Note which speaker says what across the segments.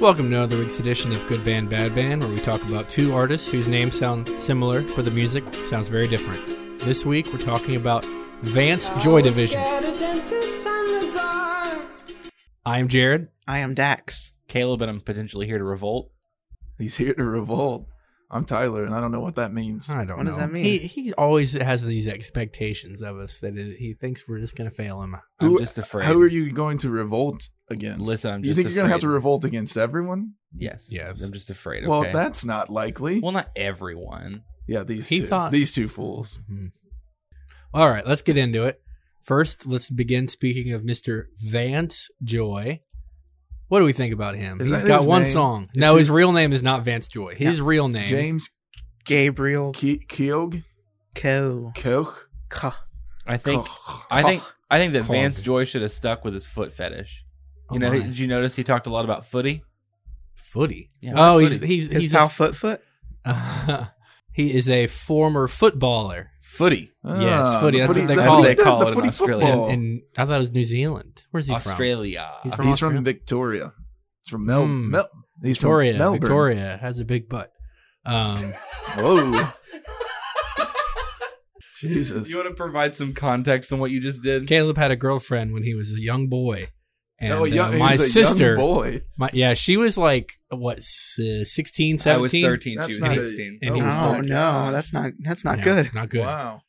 Speaker 1: Welcome to another week's edition of Good Band Bad Band, where we talk about two artists whose names sound similar, but the music sounds very different. This week we're talking about Vance Joy Division. I'm Jared,
Speaker 2: I am Dax.
Speaker 3: Caleb and I'm potentially here to revolt.
Speaker 4: He's here to revolt. I'm Tyler, and I don't know what that means.
Speaker 1: I don't
Speaker 2: What
Speaker 1: know.
Speaker 2: does that mean?
Speaker 1: He, he always has these expectations of us that it, he thinks we're just going to fail him.
Speaker 3: I'm
Speaker 4: Who-
Speaker 3: just afraid.
Speaker 4: How are you going to revolt against?
Speaker 3: Listen, I'm
Speaker 4: you
Speaker 3: just
Speaker 4: think you're gonna have to
Speaker 3: afraid.
Speaker 4: revolt against everyone?
Speaker 3: Yes.
Speaker 1: Yes.
Speaker 3: I'm just afraid.
Speaker 4: Well,
Speaker 3: okay?
Speaker 4: that's not likely.
Speaker 3: well, not everyone.
Speaker 4: yeah, these
Speaker 1: He
Speaker 4: two,
Speaker 1: thought-
Speaker 4: these two fools.
Speaker 1: Mhm. All right, let's get into it. First, let's begin speaking of Mr. Vance Joy. What do we think about him?
Speaker 4: Is
Speaker 1: He's
Speaker 4: that
Speaker 1: got
Speaker 4: his
Speaker 1: one
Speaker 4: name?
Speaker 1: song.
Speaker 4: Is
Speaker 1: no,
Speaker 4: he-
Speaker 1: his real name is not Vance Joy. His real name.
Speaker 4: James
Speaker 2: Gabriel
Speaker 4: Ke- Keogh,
Speaker 2: Co.
Speaker 4: Koch,
Speaker 2: Co.
Speaker 3: I think.
Speaker 4: Koch.
Speaker 3: I think. I think that
Speaker 1: Cough.
Speaker 3: Vance Joy should have stuck with his foot fetish.
Speaker 1: Oh
Speaker 3: you know,
Speaker 1: my.
Speaker 3: did you notice he talked a lot about footy?
Speaker 1: footy.
Speaker 3: Yeah,
Speaker 1: oh,
Speaker 3: footy.
Speaker 1: he's he's
Speaker 2: His
Speaker 1: he's
Speaker 2: pal
Speaker 1: a,
Speaker 2: Foot Foot.
Speaker 1: he is a former footballer.
Speaker 3: Footy.
Speaker 1: Yeah, it's
Speaker 4: Ah,
Speaker 1: footy,
Speaker 4: the
Speaker 1: that's what they
Speaker 4: the-
Speaker 1: call
Speaker 4: the-
Speaker 1: it.
Speaker 4: the
Speaker 3: Call it in
Speaker 4: footy
Speaker 3: Australia.
Speaker 4: football.
Speaker 1: And, and I thought it was New Zealand. Where's he
Speaker 3: Australia.
Speaker 1: He's from-
Speaker 4: he's
Speaker 1: Austria?
Speaker 4: from Victoria. He's from Mel.
Speaker 1: Mm.
Speaker 4: Mel- he's
Speaker 1: from? Victoria.
Speaker 4: From Melbourne.
Speaker 1: Victoria has a big butt. Um,
Speaker 4: Whoa. Jesus.
Speaker 3: You want to provide some context on what you just did?
Speaker 1: Caleb had a girlfriend when he was a young boy, and
Speaker 4: Oh, young-
Speaker 1: uh,
Speaker 4: he
Speaker 1: my
Speaker 4: was a young
Speaker 1: sister,
Speaker 4: boy.
Speaker 1: my, yeah, she was like what s- uh, 16,
Speaker 3: I was
Speaker 1: 17?
Speaker 3: 13.
Speaker 4: That's
Speaker 3: she was
Speaker 4: not a-
Speaker 3: 16.
Speaker 1: And
Speaker 4: oh
Speaker 1: he was
Speaker 2: Oh
Speaker 4: my
Speaker 2: no,
Speaker 4: God.
Speaker 2: that's not that's not
Speaker 1: Yeah,
Speaker 2: good.
Speaker 1: Not good.
Speaker 4: Wow.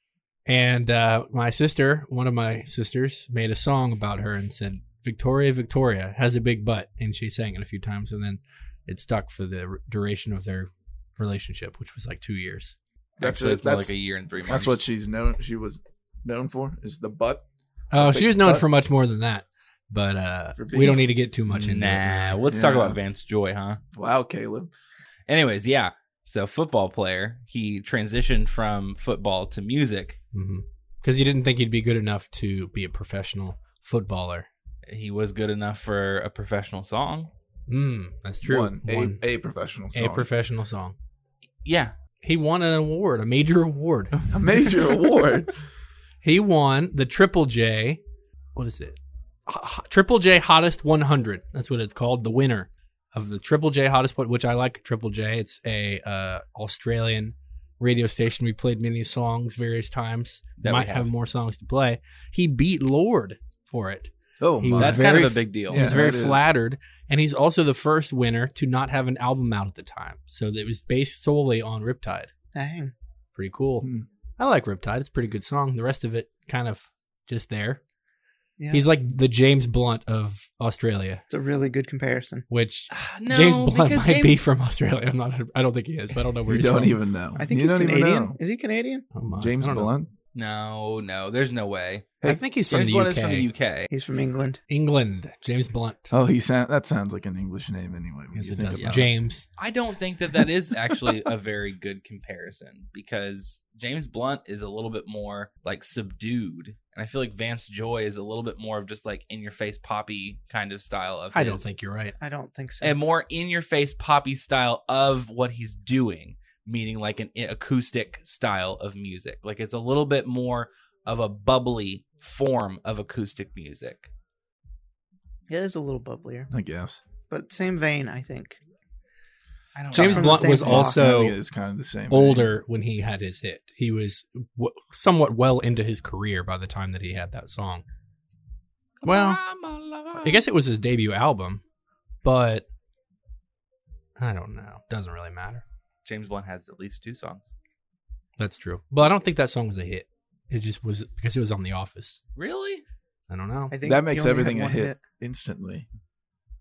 Speaker 1: And uh, my sister, one of my sisters, made a song about her and said, Victoria, Victoria has a big butt. And she sang it a few times. And then it stuck for the r- duration of their relationship, which was like two years.
Speaker 4: That's
Speaker 3: Actually,
Speaker 4: a-
Speaker 3: it's more
Speaker 4: that's-
Speaker 3: like a year and three months.
Speaker 4: That's what she's known. She was known for is the butt.
Speaker 1: Oh,
Speaker 4: A
Speaker 1: she
Speaker 4: big
Speaker 1: was known
Speaker 4: butt?
Speaker 1: for much more than that. But uh,
Speaker 4: For beef?
Speaker 1: we don't need to get too much into
Speaker 3: Nah,
Speaker 1: it. Mm-hmm.
Speaker 3: let's talk
Speaker 4: Yeah.
Speaker 3: about Vance Joy, huh?
Speaker 4: Wow, Caleb.
Speaker 3: Anyways, yeah. So football player, he transitioned from football to music.
Speaker 1: Because Mm-hmm. you didn't think he'd be good enough to be a professional footballer.
Speaker 3: He was good enough for a professional song.
Speaker 1: Mm, that's true.
Speaker 4: One, a-
Speaker 1: One.
Speaker 4: A, professional
Speaker 1: A
Speaker 4: song.
Speaker 1: professional song.
Speaker 3: Yeah.
Speaker 1: He won an award, a major award.
Speaker 4: a major award.
Speaker 1: He won the Triple J. What is it? Ho- ho- Triple J Hottest 100. That's what it's called. The winner of the Triple J Hottest, one- which I like. Triple J. It's a uh, Australian radio station. We played many songs various times.
Speaker 3: That we
Speaker 1: Might have.
Speaker 3: have.
Speaker 1: more songs to play. He beat Lord for it.
Speaker 4: Oh,
Speaker 1: He
Speaker 4: my.
Speaker 1: was
Speaker 3: That's
Speaker 1: very
Speaker 3: kind
Speaker 1: f-
Speaker 3: of a big deal.
Speaker 1: He was
Speaker 4: Yeah,
Speaker 1: very
Speaker 4: it is.
Speaker 1: flattered, and he's also the first winner to not have an album out at the time. So it was based solely on Riptide.
Speaker 2: Dang.
Speaker 1: Pretty cool.
Speaker 4: Hmm.
Speaker 1: I like Riptide. It's a pretty good song. The rest of it kind of just there.
Speaker 2: Yeah.
Speaker 1: He's like the James Blunt of Australia,
Speaker 2: It's a really good comparison.
Speaker 1: which
Speaker 3: Ah, no,
Speaker 1: James Blunt might
Speaker 3: because James-
Speaker 1: be from Australia. I'm not. I don't think he is. But I don't know where
Speaker 4: you
Speaker 1: he's
Speaker 4: don't
Speaker 1: from.
Speaker 4: even know.
Speaker 2: I think
Speaker 4: you
Speaker 2: he's
Speaker 4: don't even
Speaker 2: Canadian.
Speaker 4: know.
Speaker 2: Is he Canadian?
Speaker 1: Oh my-
Speaker 4: James
Speaker 1: I don't know.
Speaker 4: Blunt.
Speaker 3: No, no, there's no way.
Speaker 1: I think he's from
Speaker 3: James
Speaker 1: the
Speaker 3: Blunt
Speaker 1: UK.
Speaker 3: is from the UK.
Speaker 2: He's from England.
Speaker 1: England. James Blunt.
Speaker 4: Oh, he sound, that sounds like an English name anyway. When
Speaker 1: Yes,
Speaker 4: you
Speaker 1: it
Speaker 4: think
Speaker 1: does.
Speaker 4: about it.
Speaker 1: James.
Speaker 3: I don't think that that is actually a very good comparison because James Blunt is a little bit more like subdued, and I feel like Vance Joy is a little bit more of just like in your face poppy kind of style of.
Speaker 1: I don't
Speaker 3: his-
Speaker 1: think you're right.
Speaker 2: I don't think so.
Speaker 3: a more in your face poppy style of what he's doing, meaning like an acoustic style of music. Like it's a little bit more of a bubbly form of acoustic music.
Speaker 2: it is a little bubblier,
Speaker 4: I guess.
Speaker 2: but same vein, I think.
Speaker 3: I don't
Speaker 1: James
Speaker 2: from the
Speaker 1: Blunt
Speaker 2: same
Speaker 1: was
Speaker 2: block.
Speaker 4: I
Speaker 1: also
Speaker 4: think it's kind of the same.
Speaker 1: older when he had his hit. He was w- somewhat well into his career by the time that he had that song. Well, I guess it was his debut album, but I don't know. Doesn't really matter.
Speaker 3: James Blunt has at least two songs.
Speaker 1: That's true. But I don't think that song was a hit. It just was because it was on The Office.
Speaker 3: Really?
Speaker 1: I don't know.
Speaker 2: I think
Speaker 4: That
Speaker 2: he
Speaker 4: makes
Speaker 2: only had
Speaker 4: everything a
Speaker 2: one
Speaker 4: hit, instantly.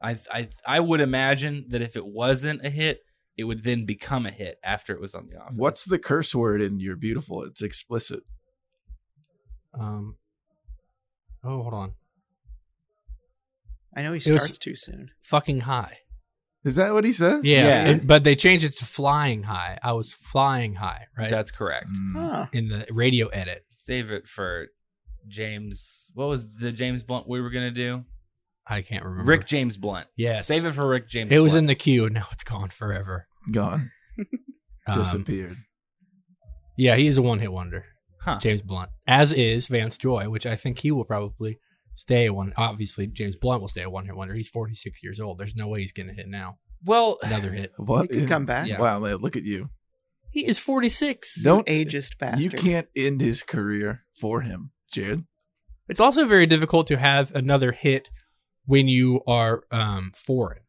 Speaker 3: I I I would imagine that if it wasn't a hit, it would then become a hit after it was on the office.
Speaker 4: What's the curse word in "You're Beautiful"? It's explicit.
Speaker 1: Um. Oh, hold on.
Speaker 2: I know he
Speaker 1: It was-
Speaker 2: starts too soon.
Speaker 1: Fucking high.
Speaker 4: Is that what he says?
Speaker 1: Yeah.
Speaker 3: Yeah.
Speaker 1: it- but they changed it to flying high. I was flying high, right?
Speaker 3: That's correct.
Speaker 4: Mm.
Speaker 2: Huh.
Speaker 1: In the radio edit.
Speaker 3: Save it for James. What was the James Blunt we were gonna do?
Speaker 1: I can't remember.
Speaker 3: Rick James Blunt.
Speaker 1: Yes.
Speaker 3: Save it for Rick James.
Speaker 1: It was in the queue. and Now it's gone forever.
Speaker 4: Gone.
Speaker 1: Um,
Speaker 4: Disappeared.
Speaker 1: yeah, he is a one-hit wonder,
Speaker 3: huh.
Speaker 1: James Blunt, as is Vance Joy, which I think he will probably stay a one. Obviously, James Blunt will stay a one hit wonder. He's 46 years old. There's no way he's going to hit now.
Speaker 3: Well,
Speaker 1: Another hit.
Speaker 4: What?
Speaker 2: he could come back.
Speaker 1: Yeah.
Speaker 4: Wow, man, look at you.
Speaker 1: He is 46.
Speaker 4: Don't
Speaker 2: Ageist bastard.
Speaker 4: you can't end his career for him, Jared.
Speaker 1: It's also very difficult to have another hit when you are um, foreign,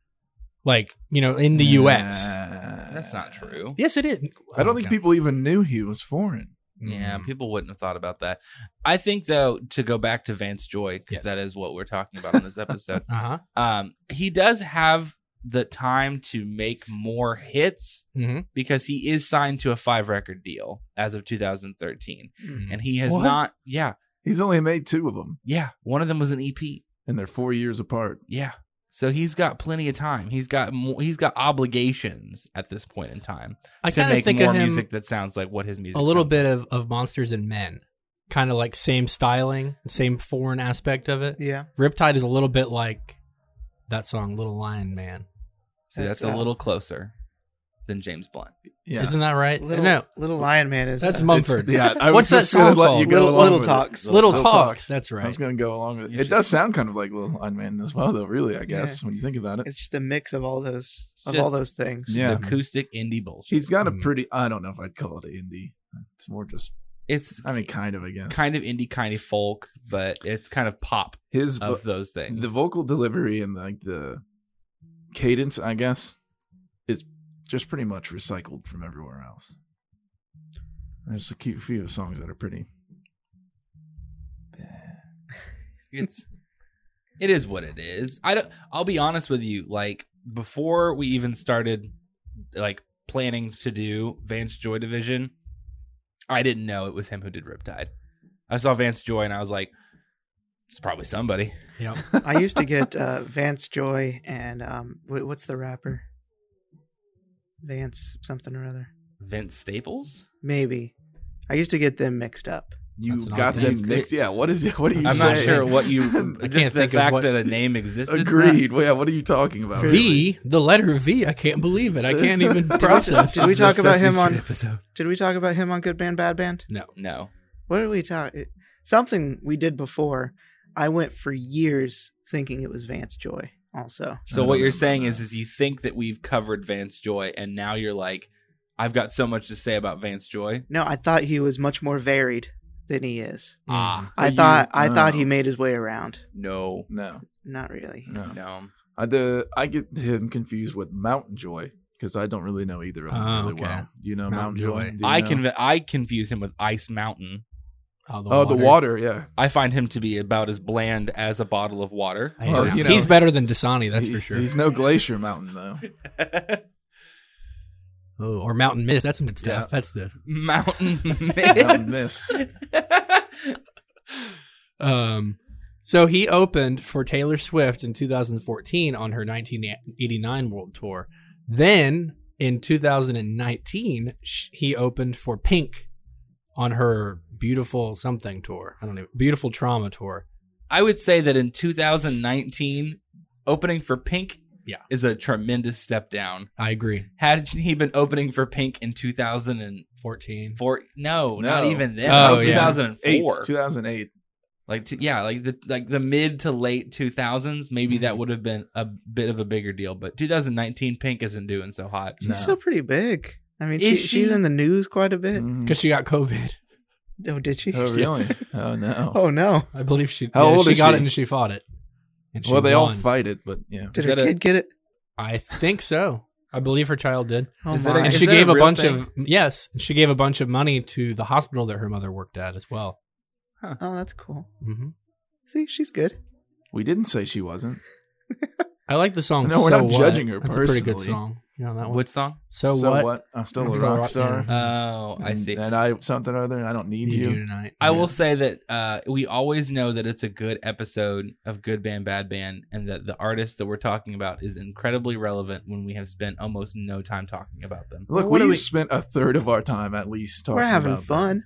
Speaker 1: like you know, in the U.S.
Speaker 4: Uh,
Speaker 3: that's not true.
Speaker 1: Yes, it is.
Speaker 4: I don't think people even knew he was foreign.
Speaker 3: Yeah,
Speaker 1: Mm-hmm.
Speaker 3: people wouldn't have thought about that. I think though to go back to Vance Joy because
Speaker 1: Yes.
Speaker 3: that is what we're talking about on this episode.
Speaker 1: Uh huh.
Speaker 3: Um, he does have the time to make more hits
Speaker 1: hmm
Speaker 3: because he is signed to a five record deal as of 2013,
Speaker 2: Mm.
Speaker 3: and he has
Speaker 4: What?
Speaker 3: not. Yeah,
Speaker 4: He's only made two of them,
Speaker 3: yeah. One of them was an EP.
Speaker 4: and they're four years apart.
Speaker 3: Yeah. So he's got plenty of time. He's got more, he's got obligations at this point in time
Speaker 1: I
Speaker 3: to
Speaker 1: kind of
Speaker 3: make
Speaker 1: think
Speaker 3: more
Speaker 1: of him
Speaker 3: music that sounds like what his music.
Speaker 1: a little
Speaker 3: sounds
Speaker 1: bit of, of Monsters and Men, kind of like same styling, same foreign aspect of it.
Speaker 2: Yeah.
Speaker 1: Riptide is a little bit like that song, Little Lion Man.
Speaker 3: So that's,
Speaker 2: That's,
Speaker 3: a
Speaker 2: uh,
Speaker 3: little closer than James Blunt.
Speaker 4: Yeah.
Speaker 1: Isn't that right?
Speaker 2: Little,
Speaker 1: no,
Speaker 2: Little Lion Man is.
Speaker 1: that's
Speaker 2: uh,
Speaker 4: It's-
Speaker 1: Mumford.
Speaker 4: Yeah, I
Speaker 1: What's
Speaker 4: was
Speaker 1: that
Speaker 4: just gonna
Speaker 1: song
Speaker 4: let
Speaker 1: called?
Speaker 4: You go
Speaker 2: Little-
Speaker 4: along
Speaker 2: Little
Speaker 4: with it.
Speaker 2: Talks.
Speaker 1: Little,
Speaker 4: Talks.
Speaker 1: talks. That's
Speaker 4: I
Speaker 1: right.
Speaker 4: was gonna go along with it.
Speaker 3: You
Speaker 4: It
Speaker 3: should-
Speaker 4: does sound kind of like Little Lion Man as well, though. Really, I guess when you think about it,
Speaker 2: It's just a mix of all those of
Speaker 3: Just-
Speaker 2: all those things.
Speaker 3: It's
Speaker 4: Yeah.
Speaker 3: acoustic indie bullshit.
Speaker 4: he's got a
Speaker 1: Mm.
Speaker 4: pretty. I don't know if I'd call it indie. It's more just.
Speaker 3: it's
Speaker 4: I mean, kind of. I guess.
Speaker 3: kind of indie, kind of folk, but it's kind of pop
Speaker 4: His vo-
Speaker 3: of those things.
Speaker 4: the vocal delivery and like the cadence, I guess, is just pretty much recycled from everywhere else. There's a cute few songs that are pretty.
Speaker 3: it's it is what it is. I don't. I'll be honest with you. Like before we even started, like planning to do Vance Joy Division, I didn't know it was him who did Riptide. I saw Vance Joy and I was like, it's probably somebody.
Speaker 1: Yep.
Speaker 2: I used to get uh, Vance Joy and um, wh- what's the rapper? Vance something or other.
Speaker 3: Vince Staples.
Speaker 2: Maybe. I used to get them mixed up.
Speaker 4: You
Speaker 1: That's an
Speaker 4: got
Speaker 1: odd
Speaker 4: them
Speaker 1: name.
Speaker 4: mixed. Yeah. What is? What are you?
Speaker 3: I'm not
Speaker 4: saying?
Speaker 3: sure what you.
Speaker 4: I
Speaker 3: just
Speaker 1: can't
Speaker 3: the
Speaker 1: think of
Speaker 3: fact
Speaker 1: what-
Speaker 3: that a name existed.
Speaker 4: Agreed. Well, yeah. What are you talking about?
Speaker 1: V, the letter V. I can't believe it. I can't even process.
Speaker 2: Did we
Speaker 1: this.
Speaker 2: talk about him
Speaker 3: Sesame
Speaker 2: on-
Speaker 3: Street episode?
Speaker 2: Did we talk about him on Good Band Bad Band?
Speaker 1: No.
Speaker 3: No.
Speaker 2: What did we talk? it- Something we did before. I went for years thinking it was Vance Joy. Also,
Speaker 4: I
Speaker 3: So
Speaker 4: don't
Speaker 3: what you're
Speaker 4: remember
Speaker 3: saying
Speaker 4: that.
Speaker 3: is, is you think that we've covered Vance Joy, and now you're like, I've got so much to say about Vance Joy.
Speaker 2: no, I thought he was much more varied than he is.
Speaker 1: Ah.
Speaker 2: I
Speaker 4: You-
Speaker 2: thought I thought he
Speaker 4: no.
Speaker 2: made his way around.
Speaker 3: No,
Speaker 4: No.
Speaker 2: Not really.
Speaker 4: No.
Speaker 3: no.
Speaker 4: I the I get him confused with Mountain Joy because I don't really know either of them
Speaker 1: Oh,
Speaker 4: really
Speaker 1: okay.
Speaker 4: well. You know
Speaker 1: Mountain
Speaker 4: Mountain,
Speaker 1: Joy.
Speaker 4: Joy. Do you
Speaker 3: I
Speaker 4: know?
Speaker 3: can I confuse him with Ice Mountain.
Speaker 1: Oh, the
Speaker 4: Oh, the water. Yeah.
Speaker 3: I find him to be about as bland as a bottle of water.
Speaker 1: I hate
Speaker 4: Well,
Speaker 1: him.
Speaker 4: you know-
Speaker 1: he's better than Dasani, that's
Speaker 4: He-
Speaker 1: for sure.
Speaker 4: He's no Glacier Mountain though.
Speaker 1: Oh, or Mountain Mist. That's some good stuff.
Speaker 3: Yeah.
Speaker 1: That's the
Speaker 3: Mountain
Speaker 4: Mountain
Speaker 3: Mist.
Speaker 4: Miss.
Speaker 1: Um, so he opened for Taylor Swift in 2014 on her 1989 world tour. Then in 2019, sh- he opened for Pink on her beautiful something tour. I don't know, beautiful trauma tour.
Speaker 3: I would say that in 2019, opening for Pink
Speaker 1: Yeah.
Speaker 3: is a tremendous step down.
Speaker 1: I agree.
Speaker 3: Had he been opening for Pink in 2000 and
Speaker 1: 14.
Speaker 3: Four? No,
Speaker 4: No.
Speaker 3: not even then.
Speaker 1: Oh,
Speaker 3: that was
Speaker 1: yeah.
Speaker 3: 2004.
Speaker 4: Eight. Two thousand eight.
Speaker 3: Like t- yeah, like the like the mid to late 2000s. Maybe that
Speaker 1: Mm-hmm.
Speaker 3: would have been a bit of a bigger deal, but 2019 Pink isn't doing so hot.
Speaker 2: She's
Speaker 4: No.
Speaker 2: still pretty big. I mean, she,
Speaker 3: Is
Speaker 2: she's
Speaker 3: she?
Speaker 2: in the news quite a bit.
Speaker 4: Mhm.
Speaker 1: Because she got COVID.
Speaker 2: Oh, did she?
Speaker 4: Oh really? Oh no.
Speaker 2: Oh no!
Speaker 1: I believe she,
Speaker 4: How
Speaker 1: yeah,
Speaker 4: old
Speaker 1: she
Speaker 4: is
Speaker 1: got
Speaker 4: she?
Speaker 1: it and she fought it. And she
Speaker 4: well, they all
Speaker 1: won.
Speaker 4: fight it, but yeah.
Speaker 2: Did
Speaker 3: Is
Speaker 2: her
Speaker 3: that a-
Speaker 2: kid get it?
Speaker 1: I think so. I believe her child did.
Speaker 2: Oh
Speaker 3: Is that a-
Speaker 2: my!
Speaker 1: and
Speaker 3: is
Speaker 1: she
Speaker 3: that
Speaker 1: gave a,
Speaker 3: real
Speaker 1: bunch
Speaker 3: thing?
Speaker 1: of yes she gave a bunch of money to the hospital that her mother worked at as well
Speaker 2: oh, that's cool.
Speaker 1: hmm
Speaker 2: See, she's good.
Speaker 4: We didn't say she wasn't.
Speaker 1: i like the song
Speaker 4: No, we're
Speaker 1: So
Speaker 4: not
Speaker 1: What.
Speaker 4: judging her
Speaker 1: that's a pretty good
Speaker 4: personally.
Speaker 1: song you know that one
Speaker 3: What song?
Speaker 1: so,
Speaker 4: so
Speaker 1: what,
Speaker 4: what? I'm still
Speaker 1: I'm
Speaker 4: a
Speaker 1: still a
Speaker 4: rock
Speaker 1: rock
Speaker 4: star.
Speaker 1: band.
Speaker 3: Oh, I
Speaker 4: and-
Speaker 3: see.
Speaker 4: And I something other. And I don't need,
Speaker 1: need
Speaker 4: you.
Speaker 1: you tonight
Speaker 3: I
Speaker 1: Mm-hmm. Yeah.
Speaker 3: will say that uh, we always know that it's a good episode of Good Band Bad Band, and that the artist that we're talking about is incredibly relevant when we have spent almost no time talking about them.
Speaker 4: Look,
Speaker 1: What
Speaker 4: we,
Speaker 1: do we-
Speaker 4: spent a third of our time at least talking.
Speaker 2: We're having
Speaker 4: about
Speaker 2: fun.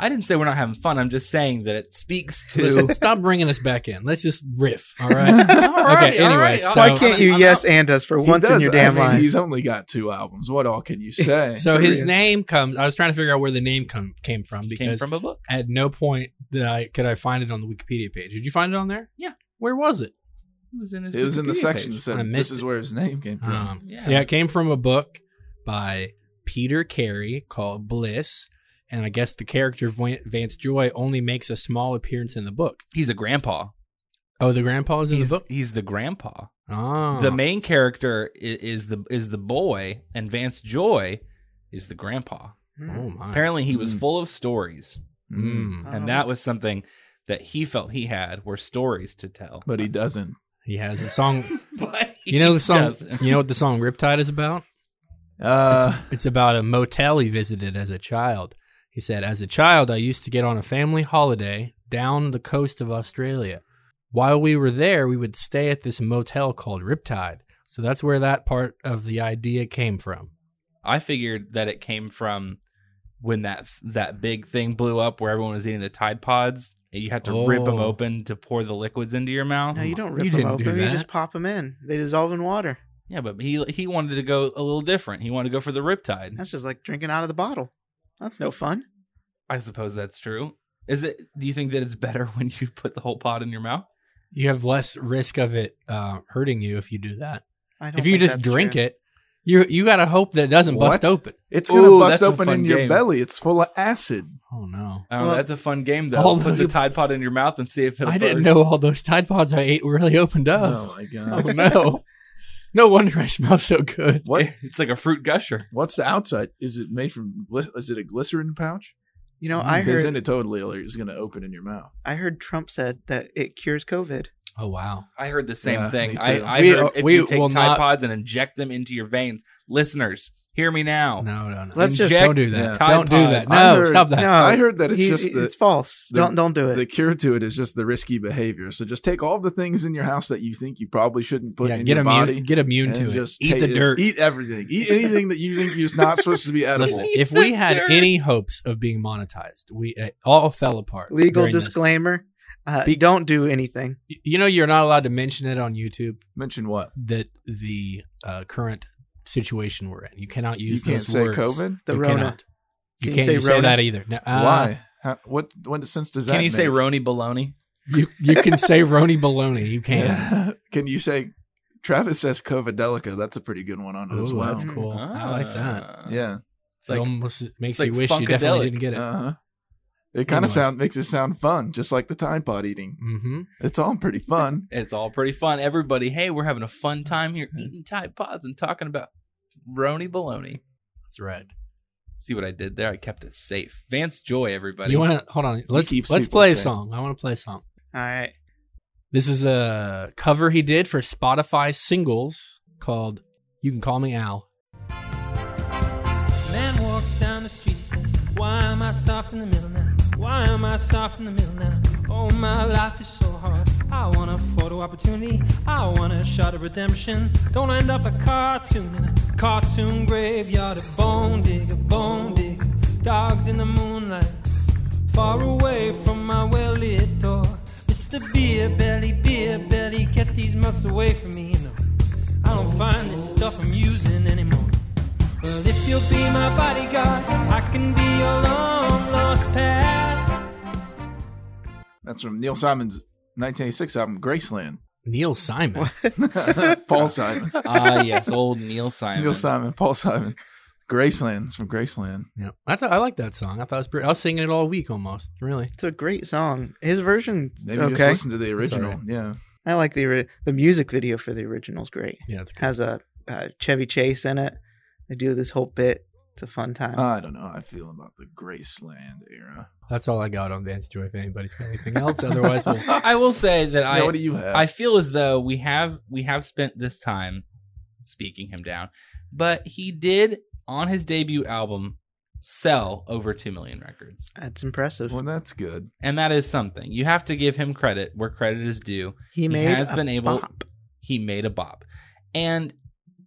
Speaker 3: I didn't say we're not having fun. I'm just saying that it speaks
Speaker 1: Listen,
Speaker 3: to.
Speaker 1: stop bringing us back in. Let's just riff. All right. okay, anyway, so-
Speaker 2: Why can't you
Speaker 3: I'm
Speaker 2: yes
Speaker 3: out.
Speaker 2: and us for
Speaker 4: He
Speaker 2: once in
Speaker 4: does-
Speaker 2: your
Speaker 4: I
Speaker 2: damn
Speaker 4: mean,
Speaker 2: life?
Speaker 4: He's only got two albums. What all can you say?
Speaker 1: so his
Speaker 2: Yeah.
Speaker 1: name comes. I was trying to figure out where the name come, came from
Speaker 3: Came
Speaker 1: because
Speaker 3: from a book.
Speaker 1: at no point did I could I find it on the Wikipedia page. Did you find it on there?
Speaker 3: Yeah.
Speaker 1: Where was it?
Speaker 3: It was in his.
Speaker 4: it was in
Speaker 3: Wikipedia
Speaker 4: the section that
Speaker 3: page.
Speaker 1: I
Speaker 4: said
Speaker 1: missed
Speaker 4: this is where his name came from.
Speaker 1: Um,
Speaker 3: Yeah.
Speaker 1: yeah. it came from a book by Peter Carey called Bliss. And I guess the character Van- Vance Joy only makes a small appearance in the book.
Speaker 3: He's a grandpa.
Speaker 1: Oh, the grandpa's in
Speaker 3: He's,
Speaker 1: the book?
Speaker 3: he's the grandpa.
Speaker 1: Oh.
Speaker 3: The main character is, is the is the boy, and Vance Joy is the grandpa.
Speaker 1: oh, my.
Speaker 3: Apparently, he was
Speaker 4: Mm.
Speaker 3: full of stories,
Speaker 4: Mm-hmm.
Speaker 1: Mm.
Speaker 2: Oh.
Speaker 3: and that was something that he felt he had were stories to tell.
Speaker 4: But he doesn't.
Speaker 1: He has a song.
Speaker 3: but
Speaker 1: You know the song.
Speaker 3: doesn't.
Speaker 1: You know what the song "Riptide" is about?
Speaker 4: Uh,
Speaker 1: It's about a motel he visited as a child. He said, As a child, I used to get on a family holiday down the coast of Australia. While we were there, we would stay at this motel called Riptide. So that's where that part of the idea came from.
Speaker 3: I figured that it came from when that that big thing blew up, where everyone was eating the Tide Pods, and you had to rip 'em rip them
Speaker 1: Oh.
Speaker 3: open to pour the liquids into your mouth.
Speaker 2: No, you don't rip
Speaker 1: You
Speaker 2: them
Speaker 1: didn't do
Speaker 2: open. You
Speaker 1: that.
Speaker 2: just pop them in. They dissolve in water.
Speaker 3: Yeah, but he he wanted to go a little different. He wanted to go for the Riptide.
Speaker 2: That's just like drinking out of the bottle. That's no fun.
Speaker 3: I suppose that's true. Is it? Do you think that it's better when you put the whole pod in your mouth?
Speaker 1: You have less risk of it uh, hurting you if you do that.
Speaker 2: I don't
Speaker 1: If you
Speaker 2: think
Speaker 1: just
Speaker 2: that's
Speaker 1: drink
Speaker 2: true.
Speaker 1: it, you you got to hope that it doesn't bust
Speaker 4: What?
Speaker 1: open.
Speaker 4: it's gonna
Speaker 3: Ooh,
Speaker 4: bust
Speaker 3: that's a
Speaker 4: open
Speaker 3: fun
Speaker 4: in your
Speaker 3: game.
Speaker 4: belly. It's full of acid.
Speaker 1: Oh, no.
Speaker 3: I don't know.
Speaker 2: Well-
Speaker 3: That's a fun game though.
Speaker 1: All
Speaker 3: put the
Speaker 1: those-
Speaker 3: Tide Pod in your mouth and see if it'll
Speaker 1: I didn't
Speaker 3: burst.
Speaker 1: know all those Tide Pods I ate really opened
Speaker 4: Oh
Speaker 1: up.
Speaker 4: my
Speaker 1: Oh,
Speaker 4: god!
Speaker 1: no. No wonder I smell so good.
Speaker 4: what?
Speaker 3: It's like a fruit gusher.
Speaker 4: What's the outside? Is it made from? gly- Is it a glycerin pouch?
Speaker 2: You know, I
Speaker 4: Because
Speaker 2: heard
Speaker 4: then it totally is going to open in your mouth.
Speaker 2: I heard Trump said that it cures COVID.
Speaker 1: Oh, wow.
Speaker 3: I heard the same
Speaker 4: Yeah,
Speaker 3: thing.
Speaker 4: me
Speaker 3: I,
Speaker 4: too.
Speaker 3: I
Speaker 1: We- uh,
Speaker 3: heard if
Speaker 1: we
Speaker 3: you take
Speaker 1: will
Speaker 3: Tide
Speaker 1: not-
Speaker 3: Pods and inject them into your veins, listeners, hear me now.
Speaker 1: No, no, no.
Speaker 2: Let's just-
Speaker 1: don't do that.
Speaker 4: Inject
Speaker 3: Tide
Speaker 1: Don't do that.
Speaker 3: Pods.
Speaker 1: No,
Speaker 4: I heard-
Speaker 1: stop that.
Speaker 2: No,
Speaker 4: I heard that it's
Speaker 2: he-
Speaker 4: just the,
Speaker 2: it's false.
Speaker 4: the-
Speaker 2: don't don't do it.
Speaker 4: the cure to it is just the risky behavior. So just take all the things in your house that you think you probably shouldn't put
Speaker 1: yeah,
Speaker 4: in
Speaker 1: get
Speaker 4: your
Speaker 1: immune,
Speaker 4: body.
Speaker 1: get immune
Speaker 4: and
Speaker 1: to it.
Speaker 4: just
Speaker 1: Eat
Speaker 4: take-
Speaker 1: the
Speaker 4: just
Speaker 1: dirt.
Speaker 4: Eat everything. Eat anything that you think is not supposed to be edible.
Speaker 1: Listen,
Speaker 3: Eat
Speaker 1: if we
Speaker 3: the
Speaker 1: had
Speaker 3: dirt.
Speaker 1: any hopes of being monetized, we it all fell apart.
Speaker 2: Legal
Speaker 1: during this.
Speaker 2: disclaimer: uh,
Speaker 1: Be-
Speaker 2: Don't do anything.
Speaker 1: Y- You know, you're not allowed to mention it on YouTube.
Speaker 4: Mention what?
Speaker 1: That the uh, current situation we're in, you cannot
Speaker 4: You
Speaker 1: use
Speaker 4: can't
Speaker 1: those
Speaker 4: say
Speaker 1: words.
Speaker 4: COVID.
Speaker 2: The
Speaker 1: you
Speaker 2: Rona.
Speaker 1: Cannot. You
Speaker 2: Can you
Speaker 1: can't
Speaker 2: say
Speaker 1: you say,
Speaker 2: Rona?
Speaker 1: that either. No, uh,
Speaker 4: Why? How, what? When sense does that?
Speaker 3: Can you say
Speaker 4: make?
Speaker 3: Rony Baloney?
Speaker 1: You you can say Rony Baloney. You can.
Speaker 4: Yeah. Can you say? Travis says Covadelica. That's a pretty good one on it as
Speaker 1: Ooh,
Speaker 4: well.
Speaker 1: that's cool. I like that.
Speaker 3: Mm. Ah.
Speaker 4: Yeah.
Speaker 3: It's
Speaker 1: It
Speaker 3: like,
Speaker 1: almost makes
Speaker 3: it's
Speaker 1: you
Speaker 3: like
Speaker 1: wish you definitely
Speaker 3: funkadelic.
Speaker 1: didn't get it.
Speaker 4: Uh huh. It kind of
Speaker 1: Anyways.
Speaker 4: sound makes it sound fun, just like the Tide Pod eating.
Speaker 1: mm-hmm.
Speaker 4: It's all pretty fun.
Speaker 3: it's all pretty fun. Everybody, hey, we're having a fun time here eating Tide Pods and talking about Rony Baloney.
Speaker 1: That's right.
Speaker 3: See what I did there? I kept it safe. Vance Joy, everybody.
Speaker 1: You want to hold on? Let's
Speaker 4: keeps
Speaker 1: let's
Speaker 4: people
Speaker 1: play a
Speaker 4: safe.
Speaker 1: song. I want to play a song.
Speaker 2: All right.
Speaker 1: This is a cover he did for Spotify singles called You Can Call Me Al.
Speaker 5: Man walks down the street, says, Why am I soft in the middle now? Why am I soft in the middle now? Oh, my life is so hard. I want a photo opportunity. I want a shot of redemption. Don't end up a cartoon in a cartoon graveyard. A bone digger, bone digger. Dogs in the moonlight. Far away from my well lit door. Mr. Beer Belly, Beer Belly, get these months away from me. No, I don't find this stuff amusing anymore. Well, if you'll be my bodyguard, I can be your long lost pal.
Speaker 4: That's from Neil Simon's 1986 album Graceland.
Speaker 1: Neil Simon.
Speaker 4: Paul Simon.
Speaker 3: Ah, yes, old Neil Simon.
Speaker 4: Neil Simon. Paul Simon. Graceland. It's from Graceland.
Speaker 1: Yeah, I thought I like that song. I thought it was pretty. I was singing it all week almost. Really,
Speaker 2: It's a great song. His version,
Speaker 4: Maybe just
Speaker 2: okay.
Speaker 4: listen to the original.
Speaker 1: right.
Speaker 4: Yeah.
Speaker 2: I like the ori- the music video for the original's great.
Speaker 1: yeah, it's good.
Speaker 2: Has a uh, Chevy Chase in it. They do this whole bit. It's a fun time.
Speaker 4: I don't know how I feel about the Graceland era.
Speaker 1: That's all I got on Vance Joy. If anybody's got anything else, otherwise we'll.
Speaker 3: I will say that
Speaker 4: yeah,
Speaker 3: I
Speaker 4: what do you have?
Speaker 3: I feel as though we have we have spent this time speaking him down, but he did on his debut album sell over 2 million records.
Speaker 2: That's impressive.
Speaker 4: well, that's good.
Speaker 3: And that is something. You have to give him credit where credit is due.
Speaker 2: He made
Speaker 3: has
Speaker 2: a
Speaker 3: been able-
Speaker 2: bop.
Speaker 3: He made a bop. And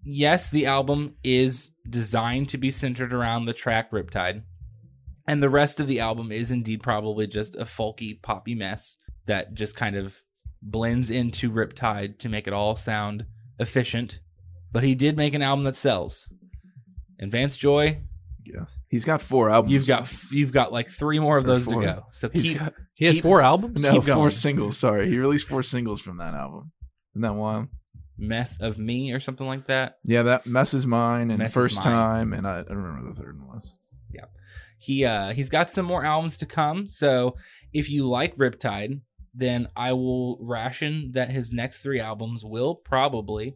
Speaker 3: yes, the album is designed to be centered around the track Riptide. And the rest of the album is indeed probably just a folky, poppy mess that just kind of blends into Riptide to make it all sound efficient. But he did make an album that sells. And Vance Joy,
Speaker 4: Yes. He's got four albums.
Speaker 3: you've got you've got like three more of
Speaker 4: Or
Speaker 3: those
Speaker 4: four.
Speaker 3: to go. So
Speaker 4: He's
Speaker 3: keep
Speaker 4: got
Speaker 1: He has
Speaker 3: Keep-
Speaker 1: four albums.
Speaker 4: no
Speaker 3: keep going.
Speaker 4: four singles. Sorry, he released four singles from that album. Isn't that wild?
Speaker 3: mess of me or something like that.
Speaker 4: Yeah, that mess is mine and
Speaker 3: Mess is
Speaker 4: first
Speaker 3: Mine.
Speaker 4: time, and I, I don't remember what the third one was.
Speaker 3: he uh he's got some more albums to come so if you like riptide then i will ration that his next three albums will probably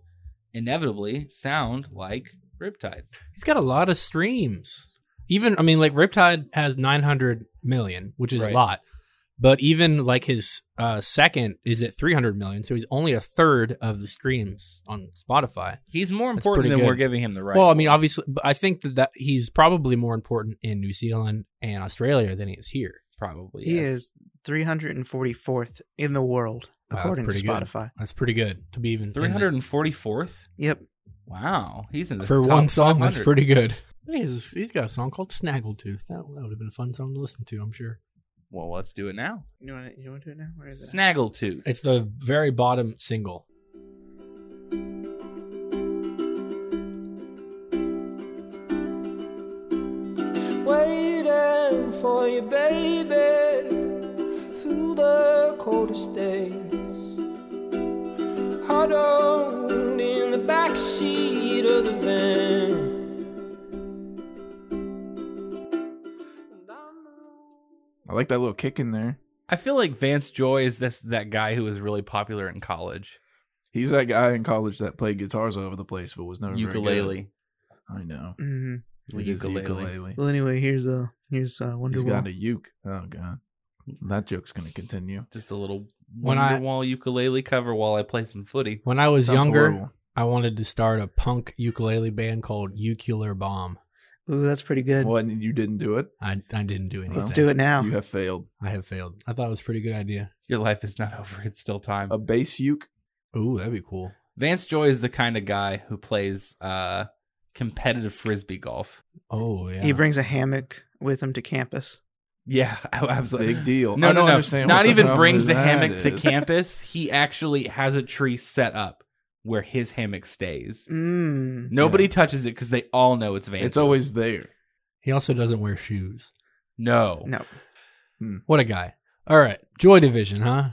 Speaker 3: inevitably sound like riptide
Speaker 1: He's got a lot of streams. Even I mean, like Riptide has 900 million, which is
Speaker 3: Right.
Speaker 1: a lot. But even like his uh, second is at 300 million, so he's only a third of the streams on Spotify.
Speaker 3: he's more
Speaker 1: That's
Speaker 3: important
Speaker 1: pretty
Speaker 3: than we're
Speaker 1: good.
Speaker 3: giving him the right
Speaker 1: well, I mean, obviously, but I think that, that he's probably more important in New Zealand and Australia than he is here.
Speaker 3: probably
Speaker 2: He
Speaker 3: yes.
Speaker 2: is 344th in the world,
Speaker 1: Wow, that's
Speaker 2: according to
Speaker 1: pretty good.
Speaker 2: Spotify.
Speaker 1: That's pretty good to be even in the-
Speaker 3: 344th
Speaker 2: Yep.
Speaker 3: wow he's in the
Speaker 1: for
Speaker 3: top
Speaker 1: one song. That's
Speaker 3: 500.
Speaker 1: pretty good. He's, he's got a song called Snaggletooth. That, that would have been a fun song to listen to, I'm sure.
Speaker 3: well let's do it now
Speaker 2: You want to you wanna do it now? Where is it?
Speaker 3: snaggletooth
Speaker 1: It's the very bottom single.
Speaker 5: waiting for you, baby, through the coldest days. Huddled in the backseat of the van.
Speaker 4: I like that little kick in there.
Speaker 3: i feel like vance joy is this that guy who was really popular in college
Speaker 4: He's that guy in college that played guitars all over the place, but was never very good.
Speaker 3: ukulele
Speaker 4: I know.
Speaker 2: Mhm.
Speaker 3: The
Speaker 4: It is the
Speaker 3: ukulele.
Speaker 2: Well, anyway, here's uh here's uh,
Speaker 4: He's got a
Speaker 2: Wonderwall.
Speaker 4: uke. Oh god, that joke's gonna continue.
Speaker 3: just a little
Speaker 1: When I-
Speaker 3: Wonderwall ukulele cover while I play some footy.
Speaker 1: When I was
Speaker 4: Sounds
Speaker 1: younger,
Speaker 4: horrible.
Speaker 1: I wanted to start a punk ukulele band called Ukular Bomb.
Speaker 2: Ooh, that's pretty good.
Speaker 4: What? You didn't do it.
Speaker 1: I, I didn't do anything.
Speaker 2: Let's do it now.
Speaker 4: You have failed.
Speaker 1: I have failed. I thought it was a pretty good idea.
Speaker 3: Your life is not over; it's still time.
Speaker 4: A bass uke.
Speaker 1: Ooh, that'd be cool.
Speaker 3: Vance Joy is the kind of guy who plays uh, competitive frisbee golf.
Speaker 1: Oh yeah.
Speaker 2: He brings a hammock with him to campus.
Speaker 3: Yeah, I, I was like,
Speaker 4: Big deal.
Speaker 3: no,
Speaker 4: I
Speaker 3: no,
Speaker 4: don't
Speaker 3: no.
Speaker 4: understand. what
Speaker 3: Not
Speaker 4: the
Speaker 3: even
Speaker 4: problem
Speaker 3: brings
Speaker 4: with
Speaker 3: a
Speaker 4: that
Speaker 3: hammock to
Speaker 4: is.
Speaker 3: campus. He actually has a tree set up where his hammock stays.
Speaker 2: Mm.
Speaker 3: Nobody
Speaker 4: Yeah.
Speaker 3: touches it because they all know it's Vance.
Speaker 4: It's always there.
Speaker 1: he also doesn't wear shoes.
Speaker 3: no.
Speaker 2: No.
Speaker 1: What a guy. All right, Joy Division, huh?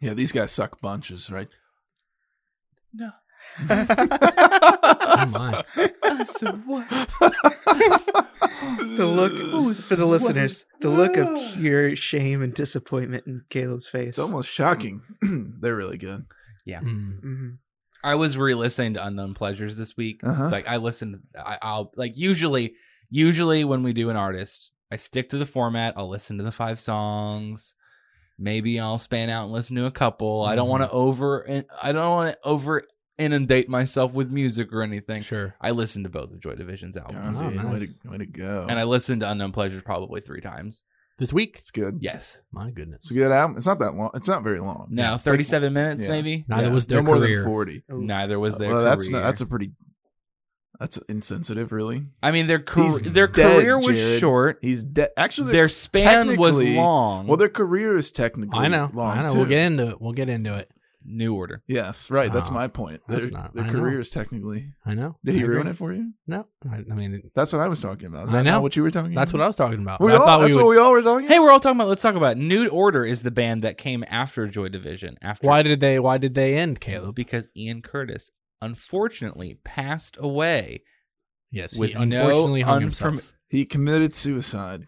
Speaker 4: Yeah, these guys suck bunches, right?
Speaker 1: Oh my.
Speaker 2: The look for the listeners, the look of pure shame and disappointment in Caleb's face.
Speaker 4: It's almost shocking. They're really good.
Speaker 1: Mm.
Speaker 2: Mhm.
Speaker 3: I was re-listening to Unknown Pleasures this week.
Speaker 4: Uh-huh.
Speaker 3: Like I listen, I, I'll like usually, usually when we do an artist, I stick to the format. I'll listen to the five songs. Maybe I'll span out and listen to a couple. I don't
Speaker 1: Mhm.
Speaker 3: want
Speaker 4: Mm-hmm.
Speaker 3: to over, I don't want to over inundate myself with music or anything.
Speaker 1: Sure.
Speaker 3: I listened to both of Joy Division's albums,
Speaker 4: Guys,
Speaker 1: Oh,
Speaker 4: yeah, way,
Speaker 1: nice.
Speaker 4: to, way to go.
Speaker 3: and I listened to Unknown Pleasures probably three times.
Speaker 1: This week?
Speaker 4: it's good.
Speaker 3: Yes,
Speaker 1: My goodness.
Speaker 4: It's a good album. It's not that long. It's not very long.
Speaker 3: now
Speaker 4: It's like-
Speaker 3: thirty-seven minutes
Speaker 4: yeah.
Speaker 3: maybe.
Speaker 1: Neither
Speaker 4: yeah,
Speaker 1: was their
Speaker 4: no more
Speaker 1: career.
Speaker 4: than forty.
Speaker 2: Ooh.
Speaker 3: Neither was their.
Speaker 4: well, that's not,
Speaker 3: career.
Speaker 4: that's a pretty. That's insensitive, really.
Speaker 3: I mean, their car-
Speaker 4: He's
Speaker 3: their
Speaker 4: dead,
Speaker 3: career was
Speaker 4: Jared.
Speaker 3: short.
Speaker 4: He's dead. Actually,
Speaker 3: their span was
Speaker 4: technically-
Speaker 3: long.
Speaker 4: well, their career is technically.
Speaker 1: I know.
Speaker 4: Long
Speaker 1: I know.
Speaker 4: Too.
Speaker 1: We'll get into it. We'll get into it.
Speaker 3: New Order.
Speaker 4: Yes, right. That's
Speaker 1: Oh,
Speaker 4: my point.
Speaker 1: that's
Speaker 4: Their,
Speaker 1: not-
Speaker 4: their
Speaker 1: I know.
Speaker 4: career is technically.
Speaker 1: I know.
Speaker 4: Did he
Speaker 1: I
Speaker 4: ruin
Speaker 1: agree.
Speaker 4: it for you?
Speaker 1: No. I, I mean,
Speaker 4: That's what I was talking about. Is
Speaker 1: I
Speaker 4: that not
Speaker 1: know.
Speaker 4: what you were talking.
Speaker 1: that's what I
Speaker 4: about?
Speaker 1: was talking about.
Speaker 4: We
Speaker 1: I
Speaker 4: all-
Speaker 1: thought
Speaker 4: that's
Speaker 1: we would.
Speaker 4: what we all were talking.
Speaker 3: Hey, we're all talking about. Let's talk about New Order is the band that came after Joy Division. After
Speaker 1: why did they? Why did they end,
Speaker 3: Well,
Speaker 1: Caleb?
Speaker 3: because Ian Curtis unfortunately passed away.
Speaker 1: Yes.
Speaker 3: With
Speaker 1: he
Speaker 3: no
Speaker 1: unfortunately hung
Speaker 3: unfam-
Speaker 1: himself.
Speaker 4: He committed suicide.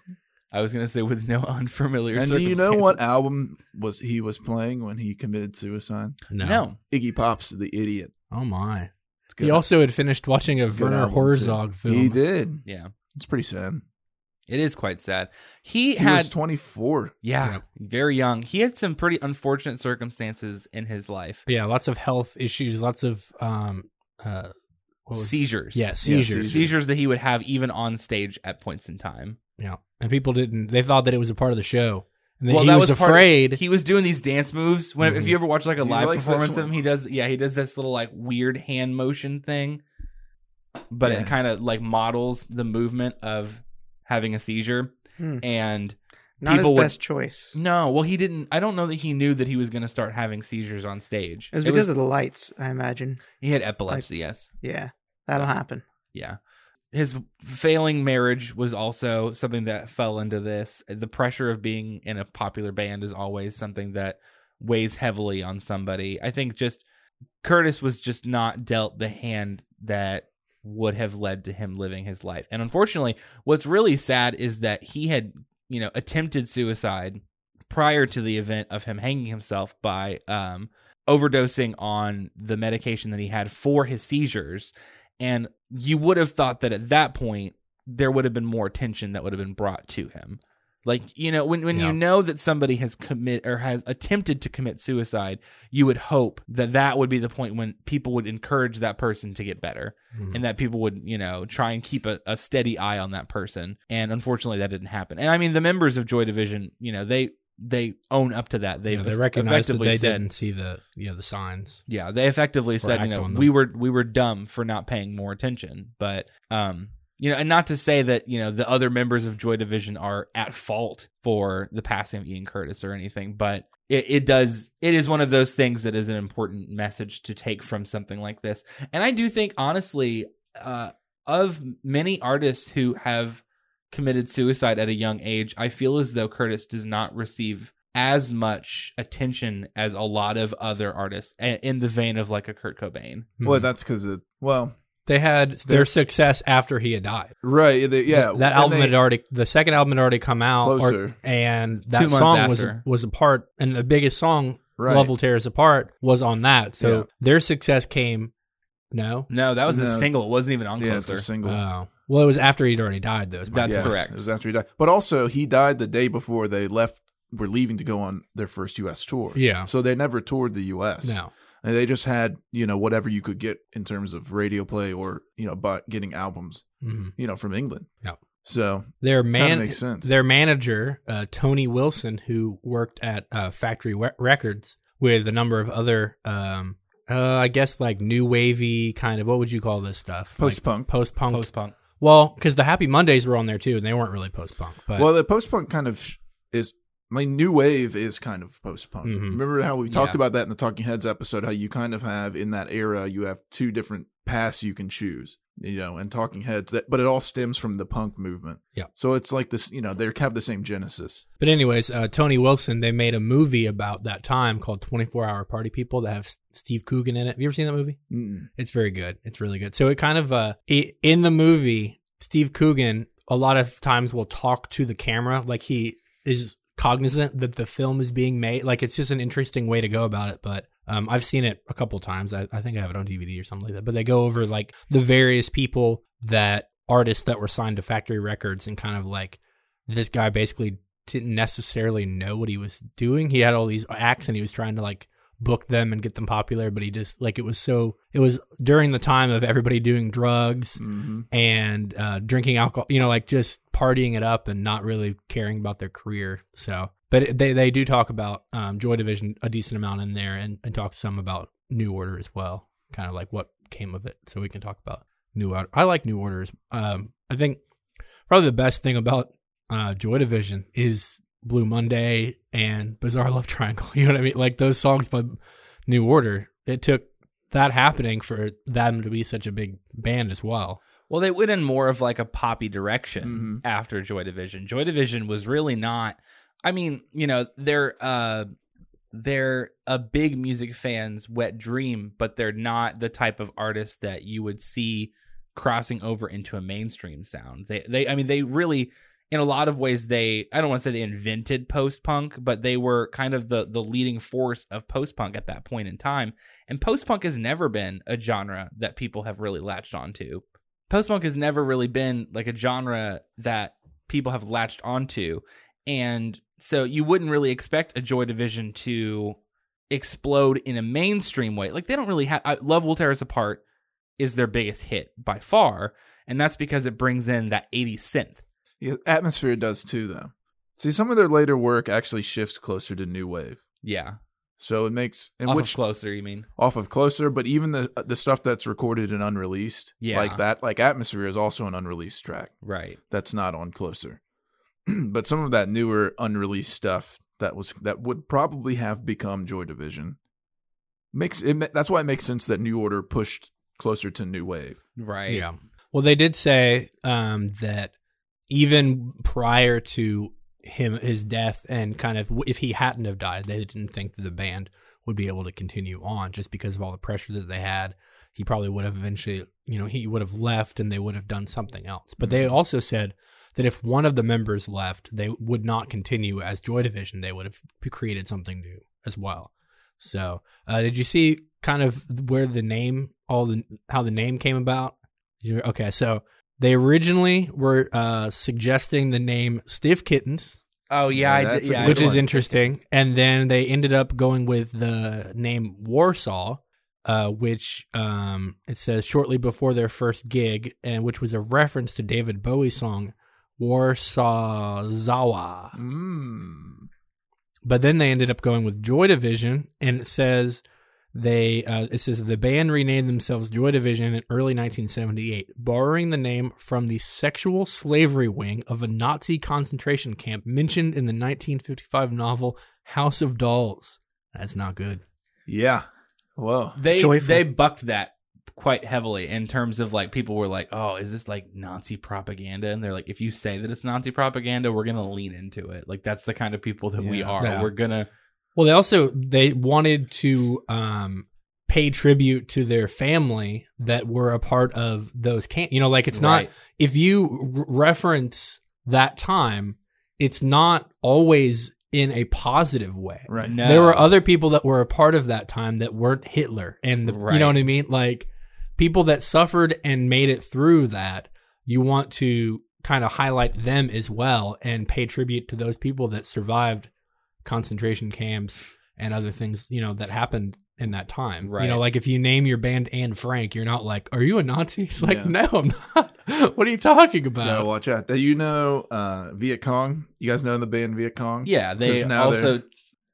Speaker 3: I was gonna say with no unfamiliar.
Speaker 4: And do you know
Speaker 3: circumstances.
Speaker 4: what album was he was playing when he committed suicide?
Speaker 1: No.
Speaker 3: No.
Speaker 4: Iggy Pop's "The Idiot."
Speaker 1: Oh my.
Speaker 4: It's
Speaker 1: He also had finished watching a
Speaker 4: good
Speaker 1: Werner
Speaker 4: album, too.
Speaker 1: Herzog film.
Speaker 4: He did.
Speaker 3: Yeah.
Speaker 4: It's pretty sad.
Speaker 3: It is quite sad. He,
Speaker 4: He
Speaker 3: had
Speaker 4: was 24.
Speaker 3: yeah,
Speaker 1: Yeah.
Speaker 3: very young. He had some pretty unfortunate circumstances in his life.
Speaker 1: Yeah, lots of health issues, lots of um uh what was
Speaker 3: Seizures.
Speaker 1: yeah, seizures.
Speaker 4: seizures.
Speaker 3: Seizures that he would have even on stage at points in time.
Speaker 1: Yeah. And people didn't they thought that it was a part of the show. And then
Speaker 3: Well,
Speaker 1: he
Speaker 3: that
Speaker 1: was,
Speaker 3: was part of-
Speaker 1: afraid.
Speaker 3: He was doing these dance moves. When if
Speaker 1: Mhm.
Speaker 3: you ever watch like a
Speaker 4: He
Speaker 3: live
Speaker 4: likes this
Speaker 3: performance of him,
Speaker 4: one.
Speaker 3: he does yeah, he does this little like weird hand motion thing. But
Speaker 4: Yeah.
Speaker 3: it kind of like models the movement of having a seizure.
Speaker 2: Hmm.
Speaker 3: And
Speaker 2: Not his
Speaker 3: People would- Mm.
Speaker 2: best choice.
Speaker 3: no, well he didn't I don't know that he knew that he was gonna start having seizures on stage.
Speaker 2: It was
Speaker 3: It
Speaker 2: because of the lights, I imagine.
Speaker 3: he had epilepsy, yes.
Speaker 2: Yeah, that'll happen.
Speaker 3: yeah his failing marriage was also something that fell into this the pressure of being in a popular band is always something that weighs heavily on somebody i think just curtis was just not dealt the hand that would have led to him living his life and unfortunately what's really sad is that he had you know attempted suicide prior to the event of him hanging himself by um overdosing on the medication that he had for his seizures and you would have thought that at that point there would have been more attention that would have been brought to him. Like, you know, when when
Speaker 1: Yeah.
Speaker 3: you know that somebody has commit or has attempted to commit suicide, you would hope that that would be the point when people would encourage that person to get better
Speaker 1: Mhm.
Speaker 3: and that people would, you know, try and keep a, a steady eye on that person. And unfortunately that didn't happen. And I mean the members of Joy Division, you know, they they own up to that. They
Speaker 1: Yeah, they
Speaker 3: eff-
Speaker 1: recognized that
Speaker 3: effectively
Speaker 1: they
Speaker 3: said,
Speaker 1: didn't see the you know the signs.
Speaker 3: yeah, they effectively said, you
Speaker 1: act
Speaker 3: know,
Speaker 1: on them.
Speaker 3: we were we were dumb for not paying more attention, but um, you know, and not to say that you know the other members of Joy Division are at fault for the passing of Ian Curtis or anything, but it, it does it is one of those things that is an important message to take from something like this, and I do think honestly, uh, of many artists who have committed suicide at a young age, I feel as though Curtis does not receive as much attention as a lot of other artists a- in the vein of like a Kurt Cobain.
Speaker 4: Well,
Speaker 1: Mhm.
Speaker 4: that's because it. Well,
Speaker 1: they had their
Speaker 4: They're-
Speaker 1: success after he had died.
Speaker 4: right. They, yeah.
Speaker 1: Th-
Speaker 4: when
Speaker 1: that album
Speaker 4: they-
Speaker 1: had already the second album had already come out, or-
Speaker 4: Closer.
Speaker 1: and
Speaker 3: Two
Speaker 1: that
Speaker 3: months
Speaker 1: song was
Speaker 3: after.
Speaker 1: was a part, and the biggest song
Speaker 4: right.
Speaker 1: Love Will Tear Us Apart was on that. So
Speaker 4: Yeah.
Speaker 1: their success came. No.
Speaker 3: No, that was a
Speaker 4: No.
Speaker 3: single. It wasn't even on
Speaker 4: Yeah, it's
Speaker 3: closer.
Speaker 4: a single.
Speaker 1: Oh. well, it was after he'd already died, though. is my
Speaker 3: That's
Speaker 1: guess.
Speaker 4: Yes,
Speaker 3: correct.
Speaker 4: It was after he died. But also, he died the day before they left. Were leaving to go on their first U.S. tour.
Speaker 1: Yeah.
Speaker 4: So they never toured the U.S.
Speaker 1: No.
Speaker 4: And they just had you know whatever you could get in terms of radio play or you know but getting albums
Speaker 1: Mhm.
Speaker 4: you know from England.
Speaker 1: Yeah.
Speaker 4: So
Speaker 1: Their
Speaker 4: Kinda
Speaker 1: man,
Speaker 4: makes sense.
Speaker 1: their manager, uh, Tony Wilson, who worked at uh, Factory we- Records with a number of other, um, uh, I guess, like new wavy kind of what would you call this stuff?
Speaker 4: post punk.
Speaker 1: post punk.
Speaker 3: Post punk.
Speaker 1: well, because the Happy Mondays were on there too, and they weren't really post punk. But
Speaker 4: well, the post punk kind of is my new wave is kind of post punk.
Speaker 1: Mhm.
Speaker 4: Remember how we talked
Speaker 3: Mm-hmm. Yeah.
Speaker 4: about that in the Talking Heads episode? How you kind of have in that era, you have two different paths you can choose. You know, and Talking Heads, that, but it all stems from the punk movement.
Speaker 1: Yeah.
Speaker 4: So it's like this. You know, they have the same genesis.
Speaker 1: But anyways, uh, Tony Wilson, they made a movie about that time called 24 Hour Party People that have S- Steve Coogan in it. Have you ever seen that movie?
Speaker 4: Mm.
Speaker 1: It's very good. It's really good. So it kind of uh, i in the movie, Steve Coogan a lot of times will talk to the camera like he is cognizant that the film is being made. Like it's just an interesting way to go about it. But um, I've seen it a couple times. I, I think I have it on DVD or something like that. But they go over like the various people that artists that were signed to Factory Records and kind of like this guy basically didn't necessarily know what he was doing. He had all these acts and he was trying to like book them and get them popular, but he just like it was so it was during the time of everybody doing drugs
Speaker 4: hmm
Speaker 1: and uh drinking alcohol, you know, like just partying it up and not really caring about their career. So, but it, they they do talk about um Joy Division a decent amount in there and and talk some about New Order as well, kind of like what came of it. So we can talk about New Order. I like New Orders. Um I think probably the best thing about uh, Joy Division is Blue Monday and Bizarre Love Triangle. You know what I mean? Like those songs by New Order. It took that happening for them to be such a big band as well.
Speaker 3: Well, they went in more of like a poppy direction
Speaker 4: Mhm.
Speaker 3: after Joy Division. Joy Division was really not. I mean, you know, they're uh, they're a big music fan's wet dream, but they're not the type of artist that you would see crossing over into a mainstream sound. They, they, I mean, they really, in a lot of ways, they. I don't want to say they invented post punk, but they were kind of the the leading force of post punk at that point in time. And post punk has never been a genre that people have really latched onto post punk has never really been like a genre that people have latched onto. And so you wouldn't really expect a Joy Division to explode in a mainstream way. Like they don't really have I, Love Will Tear Us Apart is their biggest hit by far, and that's because it brings in that 80 synth.
Speaker 4: Yeah, atmosphere does too, though. See, some of their later work actually shifts closer to new wave,
Speaker 3: Yeah.
Speaker 4: so it makes and
Speaker 3: Off
Speaker 4: which
Speaker 3: of closer, you mean?
Speaker 4: off of closer, but even the uh, the stuff that's recorded and unreleased,
Speaker 3: Yeah.
Speaker 4: like that, like atmosphere is also an unreleased track
Speaker 3: Right.
Speaker 4: that's not on closer. but some of that newer unreleased stuff that was that would probably have become Joy Division makes it. ma- That's why it makes sense that New Order pushed closer to new wave.
Speaker 3: Right.
Speaker 1: Yeah. Well, they did say um, that even prior to him his death and kind of if he hadn't have died, they didn't think that the band would be able to continue on just because of all the pressure that they had. He probably would have eventually, you know, he would have left and they would have done something else. But they also said that if one of the members left, they would not continue as Joy Division. They would have created something new as well. So, uh, did you see kind of where the name, all the how the name came about? You- Okay, so they originally were uh, suggesting the name Stiff Kittens,
Speaker 3: Oh yeah,
Speaker 4: Yeah,
Speaker 3: I did,
Speaker 4: that's a
Speaker 3: yeah
Speaker 4: good
Speaker 1: which
Speaker 4: one.
Speaker 1: is interesting, and then they ended up going with the name Warsaw, uh, which um, it says shortly before their first gig, and which was a reference to David Bowie's song Warsaw Zawa.
Speaker 3: Hmm.
Speaker 4: Mm.
Speaker 1: But then they ended up going with Joy Division, and it says they uh, it says the band renamed themselves Joy Division in early 1978, borrowing the name from the sexual slavery wing of a Nazi concentration camp mentioned in the 1955 novel House of Dolls. That's not good.
Speaker 4: Yeah. Whoa.
Speaker 3: They
Speaker 2: Joyful.
Speaker 3: they bucked that quite heavily in terms of like people were like, "Oh, is this like Nazi propaganda?" And they're like, "If you say that it's Nazi propaganda, we're going to lean into it." Like that's the kind of people that we
Speaker 4: Yeah.
Speaker 3: are.
Speaker 1: Yeah.
Speaker 3: We're going to
Speaker 1: Well, they also they wanted to um, pay tribute to their family that were a part of those camp. You know, like it's not if you r- reference that time, it's not always in a positive way.
Speaker 4: Right.
Speaker 3: No.
Speaker 1: There were other people that were a part of that time that weren't Hitler, and the, you
Speaker 3: Right.
Speaker 1: know what I mean. Like people that suffered and made it through that, you want to kind of highlight them as well and pay tribute to those people that survived concentration camps and other things you know that happened in that time. You
Speaker 3: Right.
Speaker 1: know, like if you name your band Anne Frank, you're not like, "Are you a Nazi?" It's like,
Speaker 4: Yeah.
Speaker 1: "No, I'm not." what are you talking
Speaker 4: Gotta
Speaker 1: about?
Speaker 4: watch out. Do you know uh, Viet Cong? You guys know the band Viet Cong?
Speaker 3: Yeah, they
Speaker 4: 'Cause now
Speaker 3: also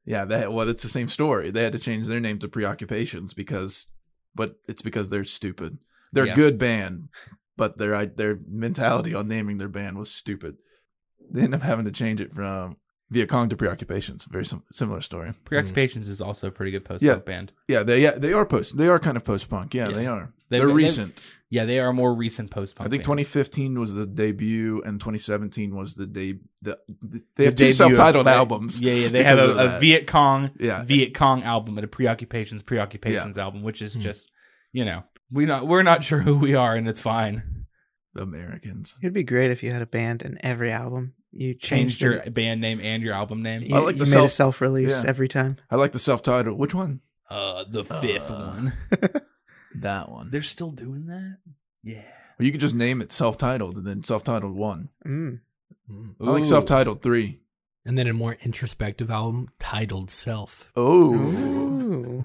Speaker 4: Yeah, that well, it's the same story. They had to change their name to Preoccupations because, but it's because they're stupid. They're
Speaker 3: Yeah.
Speaker 4: a good band, but their I- their mentality on naming their band was stupid. They ended up having to change it from Viet Cong to Preoccupations. Very sim- similar story.
Speaker 3: Preoccupations is also a pretty good post-punk
Speaker 4: Yeah.
Speaker 3: band.
Speaker 4: Yeah, they yeah they are post they are kind of post punk. Yeah,
Speaker 3: Yeah.
Speaker 4: they are.
Speaker 3: They-
Speaker 4: They, are
Speaker 3: they-
Speaker 4: recent.
Speaker 3: Yeah, they are a more recent post-punk.
Speaker 4: I think
Speaker 3: band.
Speaker 4: 2015 was the debut and 2017 was the day the, the- they have
Speaker 3: The
Speaker 4: two
Speaker 3: debut of-
Speaker 4: self-titled
Speaker 3: they-
Speaker 4: albums.
Speaker 3: Yeah, yeah, they have
Speaker 4: because of
Speaker 3: a, a
Speaker 4: that.
Speaker 3: Viet Cong,
Speaker 4: Yeah.
Speaker 3: Viet Cong album and a Preoccupations Preoccupations album, which is
Speaker 1: Hmm.
Speaker 3: just you know we not we're not sure who we are and it's fine.
Speaker 4: Americans.
Speaker 2: It'd be great if you had a band and every album you changed,
Speaker 3: Changed your
Speaker 2: your.
Speaker 3: band name and your album name.
Speaker 2: You,
Speaker 4: I like
Speaker 2: you
Speaker 4: the
Speaker 2: made a
Speaker 4: self-
Speaker 2: self release
Speaker 4: yeah.
Speaker 2: every time.
Speaker 4: I like the self-titled. Which one?
Speaker 3: Uh, the fifth
Speaker 4: Uh.
Speaker 3: one.
Speaker 4: That one.
Speaker 3: They're still doing that. Yeah,
Speaker 4: Or you could just name it self-titled and then self-titled one.
Speaker 2: Mm.
Speaker 1: Mm.
Speaker 4: I like
Speaker 3: Ooh.
Speaker 4: self-titled three.
Speaker 1: And then a more introspective album titled "Self."
Speaker 4: Oh,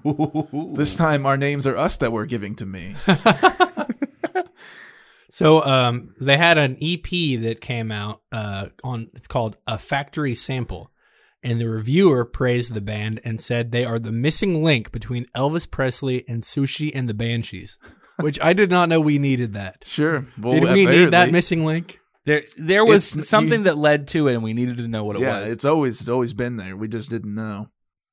Speaker 2: Ooh.
Speaker 4: this time our names are us that we're giving to me.
Speaker 1: so um, they had an EP that came out uh, on it's called a factory sample, and the reviewer praised the band and said they are the missing link between Elvis Presley and Sushi and the Banshees, which I did not know we needed that.
Speaker 4: Sure. Well,
Speaker 1: did we need that
Speaker 4: apparently-
Speaker 1: missing link?
Speaker 3: There, there was
Speaker 4: It's-
Speaker 3: something
Speaker 4: you-
Speaker 3: that led to it, and we needed to know what it
Speaker 4: yeah,
Speaker 3: was.
Speaker 4: it's always it's always been there. We just didn't know.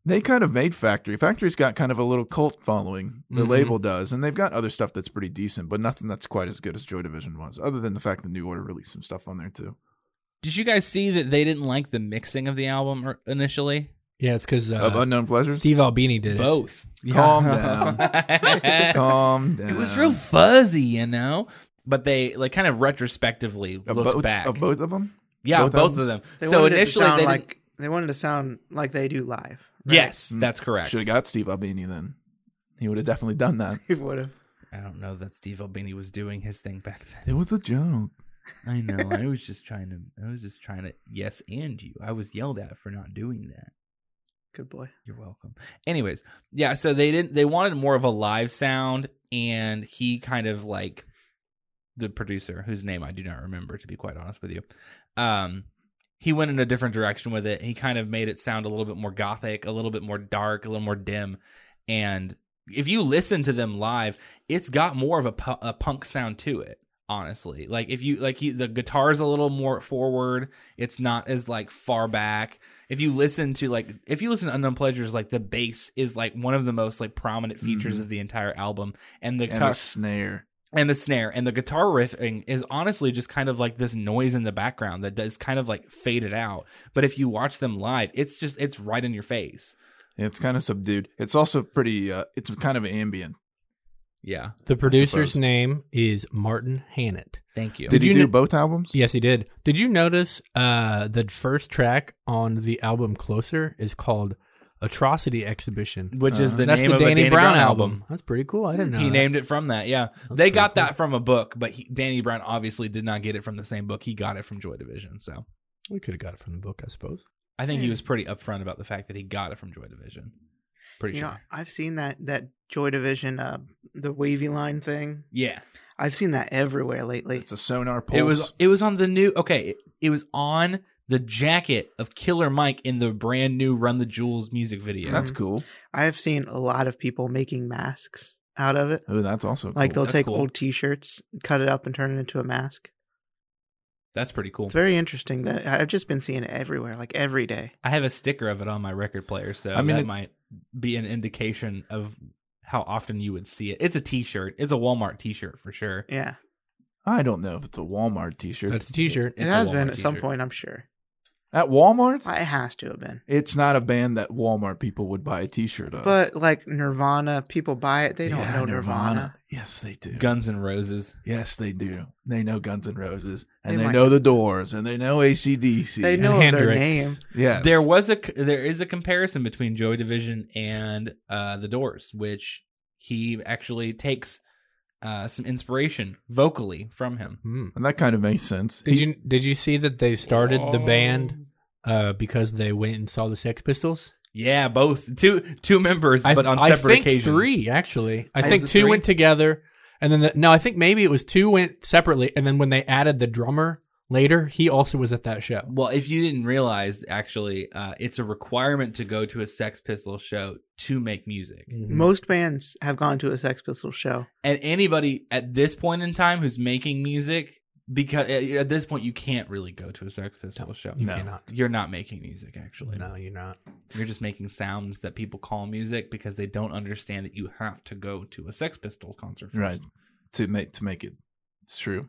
Speaker 4: They kind of made Factory. Factory's got kind of a little cult following. The
Speaker 1: Mhm.
Speaker 3: Mm-hmm.
Speaker 4: label does, and they've got other stuff that's pretty decent, but nothing that's quite as good as Joy Division was. Other than the fact that New Order released some stuff on there too.
Speaker 3: Did you guys see that they didn't like the mixing of the album or- initially?
Speaker 1: Yeah, it's because
Speaker 4: of
Speaker 1: uh,
Speaker 4: Unknown Pleasures.
Speaker 1: Steve Albini did it.
Speaker 3: Both.
Speaker 4: Calm down. Calm down.
Speaker 3: It was real fuzzy, you know. But they like kind of retrospectively
Speaker 4: Of
Speaker 3: looked
Speaker 4: both,
Speaker 3: back.
Speaker 4: Of both of them.
Speaker 3: yeah, both,
Speaker 4: both of
Speaker 3: of them.
Speaker 2: They
Speaker 3: so
Speaker 2: wanted it to
Speaker 3: initially,
Speaker 2: sound
Speaker 3: they
Speaker 2: like
Speaker 3: didn't-
Speaker 2: they wanted to sound like they do live. right?
Speaker 3: yes, that's correct.
Speaker 4: Should have Mm-hmm. got Steve Albini then. He would have definitely done that.
Speaker 2: it would have.
Speaker 3: I don't know that Steve Albini was doing his thing back then.
Speaker 4: It was a joke.
Speaker 3: I know. I was just trying to. I was just trying to. Yes, and you. I was yelled at for not doing that.
Speaker 2: Good boy.
Speaker 3: You're welcome. Anyways, yeah, so they didn't they wanted more of a live sound and he kind of like the producer whose name I do not remember to be quite honest with you. Um he went in a different direction with it. He kind of made it sound a little bit more gothic, a little bit more dark, a little more dim. And if you listen to them live, it's got more of a, pu- a punk sound to it, honestly. Like if you like he, the guitar's a little more forward, it's not as like far back if you listen to like if you listen to unknown pleasures like the bass is like one of the most like prominent features
Speaker 4: Mhm.
Speaker 3: of the entire album Mm-hmm. and the
Speaker 4: And
Speaker 3: guitar
Speaker 4: a snare.
Speaker 3: and the snare and the guitar riffing is honestly just kind of like this noise in the background that does kind of like faded out but if you watch them live it's just it's right in your face
Speaker 4: It's kind of subdued. It's also pretty. Uh, it's kind of ambient.
Speaker 3: yeah
Speaker 1: The producer's
Speaker 4: suppose.
Speaker 1: name is Martin Hannett.
Speaker 3: thank you
Speaker 4: Did
Speaker 1: you
Speaker 4: he do
Speaker 1: kn-
Speaker 4: both albums?
Speaker 1: Yes, he did. Did you notice uh, the first track on the album Closer is called Atrocity Exhibition?
Speaker 3: which is
Speaker 4: Uh,
Speaker 3: the
Speaker 1: That's
Speaker 3: name
Speaker 1: the
Speaker 3: of a
Speaker 1: Danny, Brown, album.
Speaker 3: album.
Speaker 1: That's pretty cool. I didn't know.
Speaker 3: He
Speaker 1: that.
Speaker 3: named it from that. Yeah,
Speaker 1: That's
Speaker 3: they
Speaker 1: pretty
Speaker 3: got
Speaker 1: cool.
Speaker 3: that from a book, but he, Danny Brown obviously did not get it from the same book. He got it from Joy Division. So
Speaker 1: We could have got it from the book, I suppose.
Speaker 3: I think he
Speaker 2: Hmm.
Speaker 3: was pretty upfront about the fact that he got it from Joy Division. Pretty
Speaker 2: You
Speaker 3: sure.
Speaker 2: know, I've seen that that Joy Division, uh, the wavy line thing.
Speaker 3: yeah.
Speaker 2: I've seen that everywhere lately.
Speaker 4: It's a sonar pulse.
Speaker 3: It was it was on the new okay, it, it was on the jacket of Killer Mike in the brand new Run the Jewels music video.
Speaker 4: That's cool.
Speaker 2: I have seen a lot of people making masks out of it.
Speaker 4: Oh, that's also
Speaker 2: Like
Speaker 4: cool.
Speaker 2: they'll
Speaker 3: That's
Speaker 2: take
Speaker 3: cool.
Speaker 2: old T-shirts, cut it up, and turn it into a mask.
Speaker 3: That's pretty cool.
Speaker 2: It's very interesting that I've just been seeing it everywhere, like every day.
Speaker 3: I have a sticker of it on my record player, so
Speaker 4: I mean,
Speaker 3: that
Speaker 4: it-
Speaker 3: might be an indication of how often you would see it. It's a t-shirt. It's a Walmart t-shirt for sure.
Speaker 2: Yeah,
Speaker 4: I don't know if it's a Walmart T-shirt.
Speaker 1: That's a t shirt.
Speaker 2: it
Speaker 3: It's a
Speaker 2: has been
Speaker 3: Walmart
Speaker 2: at some
Speaker 3: t-shirt.
Speaker 2: point. I'm sure
Speaker 4: At Walmart,
Speaker 2: it has to have been.
Speaker 4: it's not a band that Walmart people would buy a T-shirt of.
Speaker 2: But like Nirvana, people buy it. They don't
Speaker 4: Yeah,
Speaker 2: know Nirvana.
Speaker 4: Yes, they do.
Speaker 3: Guns and Roses.
Speaker 4: yes, they do. They know Guns N' Roses, and
Speaker 2: They
Speaker 4: they,
Speaker 2: might-
Speaker 4: know the Doors, and they know ACDC.
Speaker 2: They
Speaker 4: and-
Speaker 2: know
Speaker 1: And
Speaker 2: their
Speaker 1: Hendrix.
Speaker 2: name.
Speaker 4: Yes.
Speaker 3: There was a c- there is a comparison between Joy Division and uh, the Doors, which he actually takes uh, some inspiration vocally from him.
Speaker 1: Hmm.
Speaker 4: and that kind of makes sense.
Speaker 1: Did
Speaker 4: He-
Speaker 1: you did you see that they started
Speaker 3: Oh.
Speaker 1: the band uh, because they went and saw the Sex Pistols?
Speaker 3: Yeah, both two two members,
Speaker 1: I,
Speaker 3: but on
Speaker 1: I
Speaker 3: separate
Speaker 1: think
Speaker 3: occasions.
Speaker 1: three actually. I
Speaker 3: Was
Speaker 1: think
Speaker 3: it
Speaker 1: two
Speaker 3: three?
Speaker 1: went together, and then the, no, I think maybe it was two went separately, and then when they added the drummer later, he also was at that show.
Speaker 3: Well, if you didn't realize, actually, uh, it's a requirement to go to a Sex Pistols show to make music.
Speaker 4: Mm.
Speaker 2: Most bands have gone to a Sex Pistols show.
Speaker 3: And anybody at this point in time who's making music, because at this point you can't really go to a Sex Pistols show.
Speaker 1: you
Speaker 4: No.
Speaker 1: cannot.
Speaker 3: You're not making music, actually.
Speaker 1: No, you're not.
Speaker 3: You're just making sounds that people call music because they don't understand that you have to go to a Sex Pistols concert. First.
Speaker 4: right to make to make it it's true.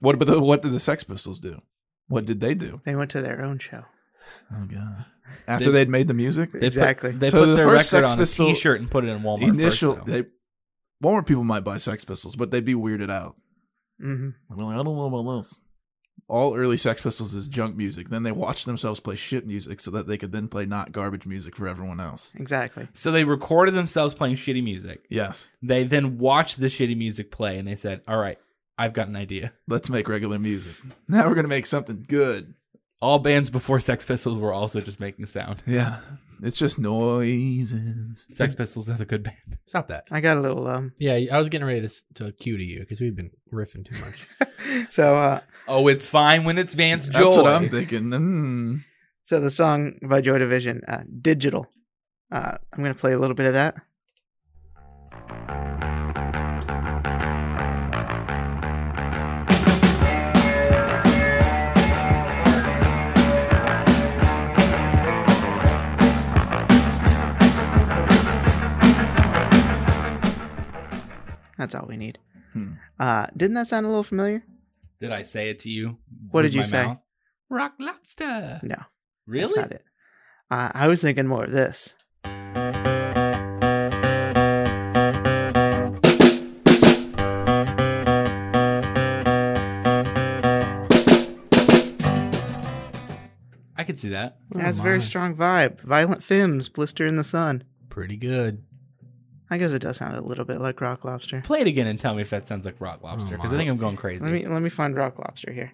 Speaker 4: What but the, what did the Sex Pistols do? What did they do?
Speaker 2: They went to their own show.
Speaker 4: Oh god! After
Speaker 3: They-
Speaker 4: they, would made the music,
Speaker 3: They
Speaker 2: exactly.
Speaker 3: Put, they
Speaker 4: So
Speaker 3: put
Speaker 4: the
Speaker 3: their
Speaker 4: first
Speaker 3: record
Speaker 4: Sex
Speaker 3: on
Speaker 4: Pistol-
Speaker 3: a T-shirt and put it in Walmart.
Speaker 4: initial
Speaker 3: first, though.
Speaker 4: they Walmart people might buy Sex Pistols, but they'd be weirded out.
Speaker 2: hmm
Speaker 4: I'm like, I don't know about those. All early Sex Pistols is junk music. Then they watched themselves play shit music so that they could then play not garbage music for everyone else.
Speaker 2: Exactly.
Speaker 3: so they recorded themselves playing shitty music.
Speaker 4: Yes,
Speaker 3: They then watched the shitty music play and they said, "All right, I've got an idea."
Speaker 4: let's make regular music. Now we're gonna make something good.
Speaker 3: All bands before Sex Pistols were also just making sound.
Speaker 4: Yeah, it's just noises.
Speaker 3: Sex Pistols are the good band.
Speaker 1: Stop that.
Speaker 2: I got a little um.
Speaker 1: Yeah, I was getting ready to, s- to cue to you because we've been riffing too much.
Speaker 2: So uh,
Speaker 3: Oh, it's fine when it's Vance Joy.
Speaker 4: That's what I'm thinking. Mm.
Speaker 2: so the song by Joy Division, uh, "Digital." Uh, I'm gonna play a little bit of that. That's all we need.
Speaker 4: Hmm.
Speaker 2: Uh, didn't that sound a little familiar?
Speaker 3: Did I say it to you?
Speaker 2: What
Speaker 3: with
Speaker 2: did you
Speaker 3: my
Speaker 2: say?
Speaker 3: mouth? Rock Lobster.
Speaker 2: No.
Speaker 3: Really?
Speaker 2: That's not it. Uh, I was thinking more of this.
Speaker 3: I could see that.
Speaker 2: It has
Speaker 1: Oh
Speaker 2: a very
Speaker 1: my.
Speaker 2: strong vibe. Violent Femmes, Blister in the Sun.
Speaker 1: Pretty good.
Speaker 2: I I guess it does sound a little bit like rock lobster.
Speaker 3: Play it again and tell me if that sounds like rock lobster, because I
Speaker 1: my.
Speaker 3: think I'm going crazy.
Speaker 2: Let me let me find rock lobster here.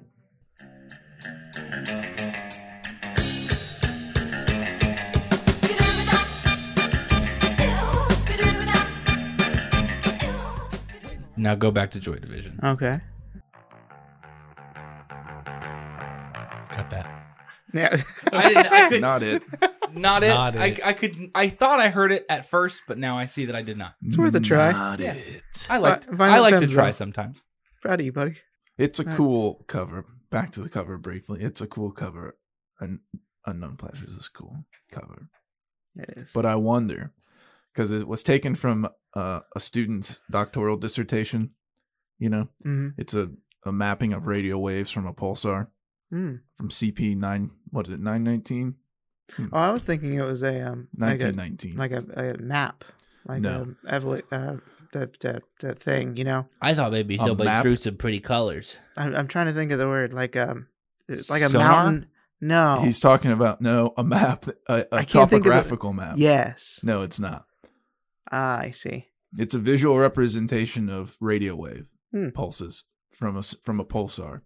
Speaker 3: Now go back to Joy Division.
Speaker 2: Okay.
Speaker 1: Cut that.
Speaker 2: Yeah.
Speaker 3: I didn't, I could, not,
Speaker 4: Not it.
Speaker 3: it.
Speaker 1: Not
Speaker 3: I,
Speaker 1: it.
Speaker 3: I could. I thought I heard it at first, but now I see that I did not.
Speaker 2: It's worth a try.
Speaker 4: Not
Speaker 3: Yeah.
Speaker 4: it.
Speaker 3: I like.
Speaker 2: Vi-
Speaker 3: I
Speaker 2: Violent
Speaker 3: like to
Speaker 2: Femmes,
Speaker 3: try
Speaker 2: though.
Speaker 3: sometimes.
Speaker 2: Proud of you, buddy.
Speaker 4: It's a
Speaker 2: Right.
Speaker 4: cool cover. Back to the cover briefly. It's a cool cover. and Unknown Pleasures is a cool cover.
Speaker 2: It is.
Speaker 4: But uh, I wonder, because it was taken from uh, a student's doctoral dissertation. You know,
Speaker 2: Mhm.
Speaker 4: it's a, a mapping of radio waves from a pulsar
Speaker 2: Mm.
Speaker 4: from CP nine. What is it? Nine nineteen.
Speaker 2: Oh, I was thinking it was a um like
Speaker 4: Nineteen
Speaker 2: a
Speaker 4: nineteen.
Speaker 2: like a, a map, like
Speaker 4: No.
Speaker 2: a evol- uh, that that that thing. You know,
Speaker 3: I thought maybe
Speaker 4: A map?
Speaker 3: some pretty colors.
Speaker 2: I'm I'm trying to think of the word like um it's like a
Speaker 3: Sonar?
Speaker 2: mountain. No.
Speaker 4: He's talking about no a map, a, a
Speaker 2: oh. I can't think of the-
Speaker 4: topographical map.
Speaker 2: yes.
Speaker 4: No, it's not.
Speaker 2: Ah, I see.
Speaker 4: It's a visual representation of radio wave
Speaker 2: Hmm.
Speaker 4: pulses from a s- from a pulsar.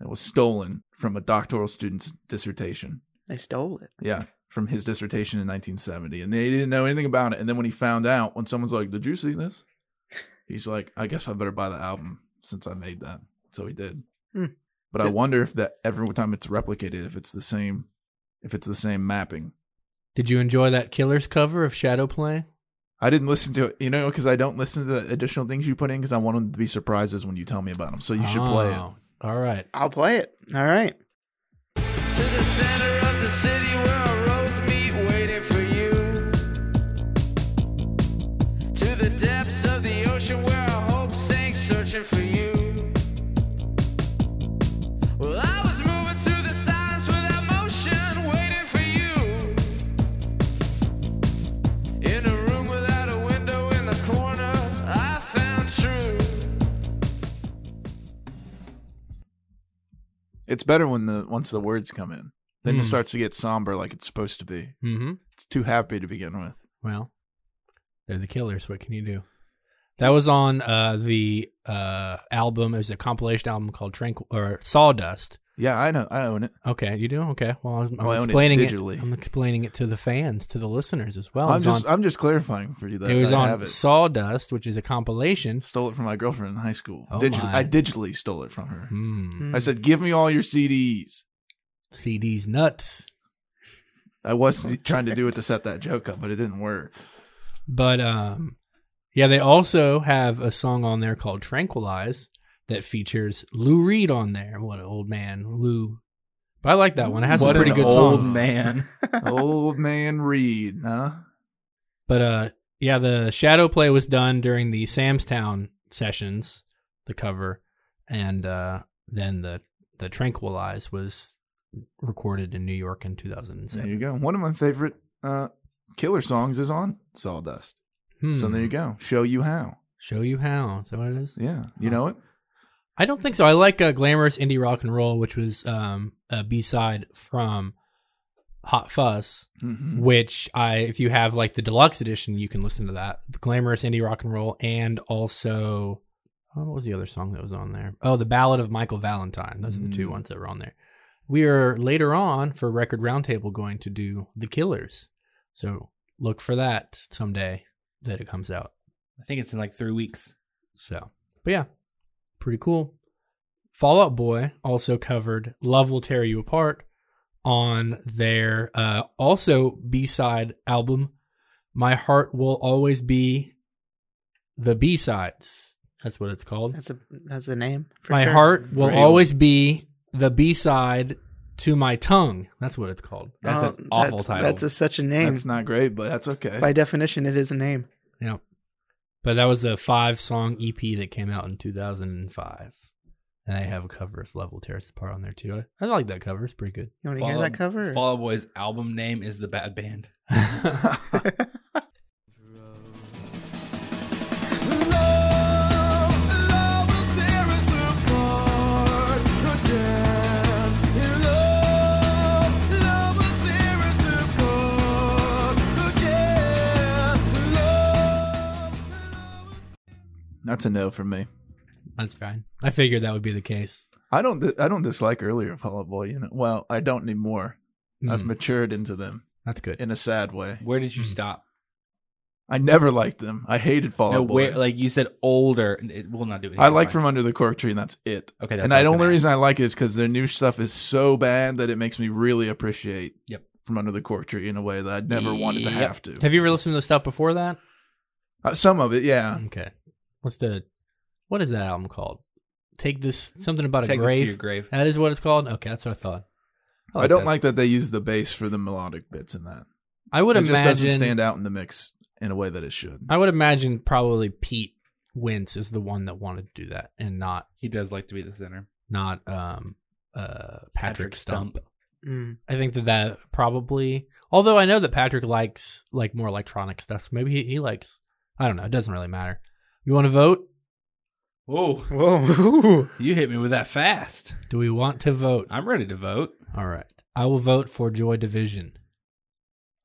Speaker 4: It was stolen from a doctoral student's dissertation.
Speaker 2: They stole it.
Speaker 4: Yeah, from his dissertation in 1970, and they didn't know anything about it. And then when he found out, when someone's like, "Did you see this?" He's like, "I guess I better buy the album since I made that." So he did.
Speaker 2: Hmm.
Speaker 4: But I
Speaker 2: Good.
Speaker 4: wonder if that every time it's replicated, if it's the same, if it's the same mapping.
Speaker 1: Did you enjoy that Killers cover of Shadow Play?
Speaker 4: I didn't listen to it, you know, because I don't listen to the additional things you put in because I want them to be surprises when you tell me about them. So you should play it.
Speaker 1: Oh, All right.
Speaker 2: I'll play it. All right.
Speaker 6: To the center of the city where our roads meet, waiting for you. To the depths of the ocean where our hopes sank, searching for you. Well, I was moving through the silence without motion, waiting for you. In a room without a window in the corner, I found truth.
Speaker 4: It's better when the once the words come in. Then it
Speaker 1: Hmm.
Speaker 4: starts to get somber, like it's supposed to be.
Speaker 1: Mm-hmm.
Speaker 4: It's too happy to begin with.
Speaker 1: Well, they're the killers. What can you do? That was on uh, the uh, album. It was a compilation album called Tranquil or Sawdust.
Speaker 4: Yeah, I know. I own it.
Speaker 1: Okay, you do okay. Well, I'm, I'm
Speaker 4: Oh, I own it
Speaker 1: explaining it,
Speaker 4: digitally.
Speaker 1: I'm explaining it to the fans, to the listeners as well. Oh, It
Speaker 4: I'm
Speaker 1: was
Speaker 4: just
Speaker 1: on,
Speaker 4: I'm just clarifying for you that
Speaker 1: it was
Speaker 4: I
Speaker 1: on
Speaker 4: have it.
Speaker 1: Sawdust, which is a compilation.
Speaker 4: Stole it from my girlfriend in high school.
Speaker 1: Oh
Speaker 4: Digi-
Speaker 1: my.
Speaker 4: I digitally stole it from her.
Speaker 1: Hmm.
Speaker 4: I said, "Give me all your CDs."
Speaker 1: CDs nuts.
Speaker 4: I was trying to do it to set that joke up, but it didn't work.
Speaker 1: But um, yeah, they also have a song on there called Tranquilize that features Lou Reed on there. What an old man, Lou. But I like that one. It has
Speaker 4: What
Speaker 1: some pretty
Speaker 4: an
Speaker 1: good
Speaker 3: old
Speaker 1: songs.
Speaker 3: man.
Speaker 4: Old man Reed, huh?
Speaker 1: But uh yeah, the shadow play was done during the Samstown sessions, the cover, and uh then the the Tranquilize was recorded in New York in 2007.
Speaker 4: There you go. One of my favorite uh, killer songs is on Sawdust.
Speaker 1: Hmm.
Speaker 4: So there you go. Show you how.
Speaker 1: Show you how. Is that what it is?
Speaker 4: Yeah, you
Speaker 1: Huh.
Speaker 4: know it.
Speaker 1: I don't think so. I like uh, glamorous indie rock and roll, which was um, a B side from Hot Fuss.
Speaker 4: Mm-hmm.
Speaker 1: which I, if you have like the deluxe edition, you can listen to that. The glamorous indie rock and roll, and also, oh, what was the other song that was on there? Oh, the Ballad of Michael Valentine. Those are the two
Speaker 4: Mm.
Speaker 1: ones that were on there. We are later on for Record Roundtable going to do The Killers, so look for that someday that it comes out.
Speaker 3: I think it's in like three weeks.
Speaker 1: So, but yeah, pretty cool. Fallout Boy also covered Love Will Tear You Apart on their uh, also B side album, My Heart Will Always Be the B Sides. That's what it's called.
Speaker 2: That's a that's the name. For
Speaker 1: my
Speaker 2: sure.
Speaker 1: heart will
Speaker 4: Great.
Speaker 1: always be the B side to my tongue. That's what it's called.
Speaker 3: That's
Speaker 2: Oh,
Speaker 3: an awful
Speaker 2: that's,
Speaker 3: title.
Speaker 2: That's a, such a name.
Speaker 4: That's not great, but that's okay.
Speaker 2: By definition, it is a name.
Speaker 1: Yeah. But that was a five song EP that came out in 2005. And they have a cover of Level Tear Us Apart on there too. I, I like that cover. It's pretty good.
Speaker 2: You want to hear that cover? or-
Speaker 3: Fall Out Boy's album name is the Bad Band.
Speaker 4: That's a no for me.
Speaker 1: That's fine. I figured that would be the case.
Speaker 4: I don't. di- I don't dislike earlier Fall Out Boy. You know, well, I don't anymore.
Speaker 3: Hmm.
Speaker 4: I've
Speaker 1: Mm,
Speaker 4: matured into them
Speaker 1: that's good.
Speaker 4: in a sad way.
Speaker 3: Where did you
Speaker 1: Hmm.
Speaker 3: stop?
Speaker 4: I never liked them. I hated Fall
Speaker 3: No,
Speaker 4: Out Boy.
Speaker 3: where, like you said, older. It will not do it.
Speaker 4: I like From Under the Cork Tree, and that's it.
Speaker 3: Okay, that's what
Speaker 4: and I,
Speaker 3: was
Speaker 4: the only
Speaker 3: gonna ask.
Speaker 4: reason I like it is because their new stuff is so bad that it makes me really appreciate
Speaker 3: Yep.
Speaker 4: From Under the Cork Tree in a way that I'd never wanted to
Speaker 3: Yep.
Speaker 4: have to.
Speaker 1: Have you ever listened to the stuff before that?
Speaker 4: Uh, some of it, yeah.
Speaker 1: Okay. What's the what is that album called? Take this something about a
Speaker 3: Take this to
Speaker 1: grave.
Speaker 3: your grave.
Speaker 1: That is what it's called. Okay, that's what I thought.
Speaker 4: I don't
Speaker 1: that.
Speaker 4: like that they use the bass for the melodic bits in that.
Speaker 1: I would
Speaker 4: it just
Speaker 1: imagine
Speaker 4: doesn't stand out in the mix in a way that it should.
Speaker 1: I would imagine probably Pete Wentz is the one that wanted to do that and not
Speaker 3: He does like to be the center.
Speaker 1: not um uh Patrick,
Speaker 3: Patrick
Speaker 1: Stump.
Speaker 3: Stump.
Speaker 2: Mm.
Speaker 1: I think that that probably although I know that Patrick likes like more electronic stuff. So maybe he, he likes I don't know, it doesn't really matter. You want to vote?
Speaker 3: Whoa,
Speaker 2: Whoa.
Speaker 3: you hit me with that fast.
Speaker 1: Do we want to vote?
Speaker 3: I'm ready to vote.
Speaker 1: All right. I will vote for Joy Division.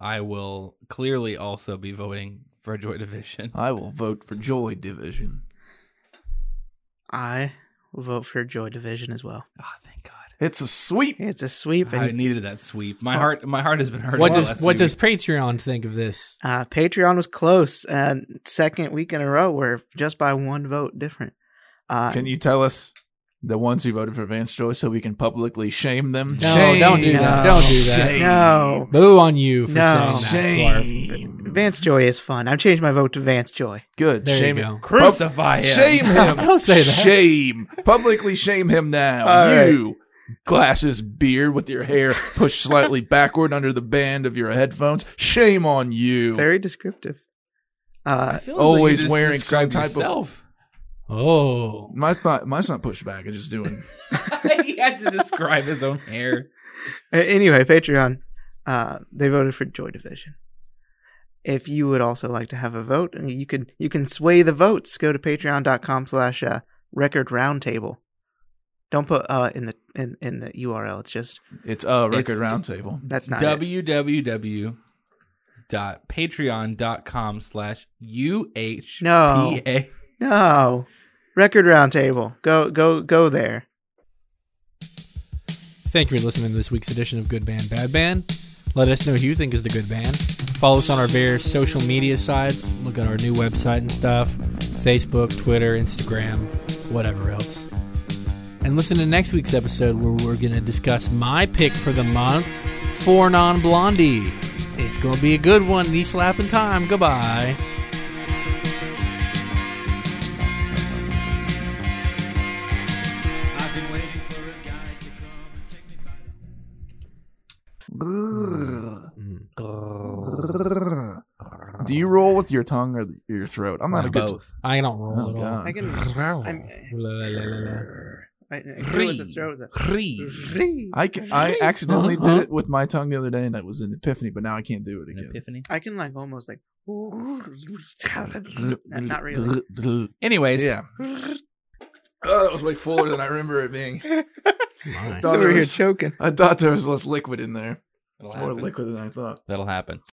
Speaker 3: I will clearly also be voting for Joy Division.
Speaker 4: I will vote for Joy Division.
Speaker 2: I will vote for Joy Division as well.
Speaker 3: Oh, thank God.
Speaker 4: It's a sweep.
Speaker 2: It's a sweep.
Speaker 3: I
Speaker 2: And
Speaker 3: needed that sweep. My heart, my heart has been hurting.
Speaker 1: What
Speaker 3: the
Speaker 1: does
Speaker 3: last
Speaker 1: what
Speaker 3: few
Speaker 1: does Patreon think of this?
Speaker 2: uh, Patreon was close. Uh, second week in a row, we're just by one vote different. Uh,
Speaker 4: Can you tell us the ones who voted for Vance Joy so we can publicly shame them?
Speaker 1: No, don't do that.
Speaker 2: No.
Speaker 1: Don't do that.
Speaker 4: Shame.
Speaker 2: no.
Speaker 1: Boo on you for
Speaker 2: No.
Speaker 1: saying that. Clark.
Speaker 4: Shame.
Speaker 2: Vance Joy is fun. I've changed my vote to Vance Joy.
Speaker 4: Good.
Speaker 1: There
Speaker 4: shame
Speaker 1: you
Speaker 4: him.
Speaker 1: go.
Speaker 3: weeks. crucify him.
Speaker 4: Shame him.
Speaker 1: Don't say that.
Speaker 4: Shame. Publicly shame him now.
Speaker 2: All
Speaker 4: you glasses beard with your hair pushed slightly backward under the band of your headphones. Shame on you.
Speaker 2: Very descriptive.
Speaker 3: I
Speaker 2: Uh,
Speaker 3: feel
Speaker 4: Always
Speaker 3: you just
Speaker 4: wearing some
Speaker 3: described
Speaker 4: type of-
Speaker 3: yourself.
Speaker 1: Oh.
Speaker 4: my thought, mine's not pushed back. I'm just doing.
Speaker 3: he had to describe his own hair.
Speaker 2: a- anyway, Patreon, uh, they voted for Joy Division. If you would also like to have a vote, and you can you can sway the votes. Go to patreon.com slash uh, record roundtable. Don't put uh in the in, in the URL. It's just
Speaker 4: It's a record
Speaker 3: It's-
Speaker 4: roundtable.
Speaker 2: that's not it.
Speaker 3: www.patreon.com slash UHPA.
Speaker 2: No. No. Record roundtable. Go go go there.
Speaker 1: Thank you for listening to this week's edition of Good Band Bad Band. Let us know who you think is the good band. Follow us on our various social media sites. Look at our new website and stuff Facebook, Twitter, Instagram, whatever else. And listen to next week's episode where we're going to discuss my pick for the month for Non Blondie. It's going to be a good one. Knee slapping time. Goodbye.
Speaker 5: I've been waiting for a guy to come and take me by the
Speaker 4: Oh. Do you roll with your tongue or your throat? I'm not a good.
Speaker 3: Both.
Speaker 1: I don't Uh, roll
Speaker 4: Oh,
Speaker 1: at all.
Speaker 4: God.
Speaker 2: I can I'm,
Speaker 1: La, la, la, la, la.
Speaker 2: I, I can do it with the throat with
Speaker 3: Three.
Speaker 2: the-
Speaker 4: I can, I accidentally
Speaker 1: Uh-huh.
Speaker 4: did it with my tongue the other day, and that was an epiphany. But now I can't do it
Speaker 3: An
Speaker 4: again.
Speaker 3: epiphany.
Speaker 2: I can like almost like not really.
Speaker 3: Anyways,
Speaker 4: Yeah. Oh, that was way fuller than I remember it being.
Speaker 1: My.
Speaker 4: Thought
Speaker 2: Over
Speaker 4: there
Speaker 2: here
Speaker 4: was-
Speaker 2: choking.
Speaker 4: I thought there was less liquid in there.
Speaker 3: that'll
Speaker 4: It's more
Speaker 3: happen.
Speaker 4: liquid than I thought.
Speaker 3: That'll happen.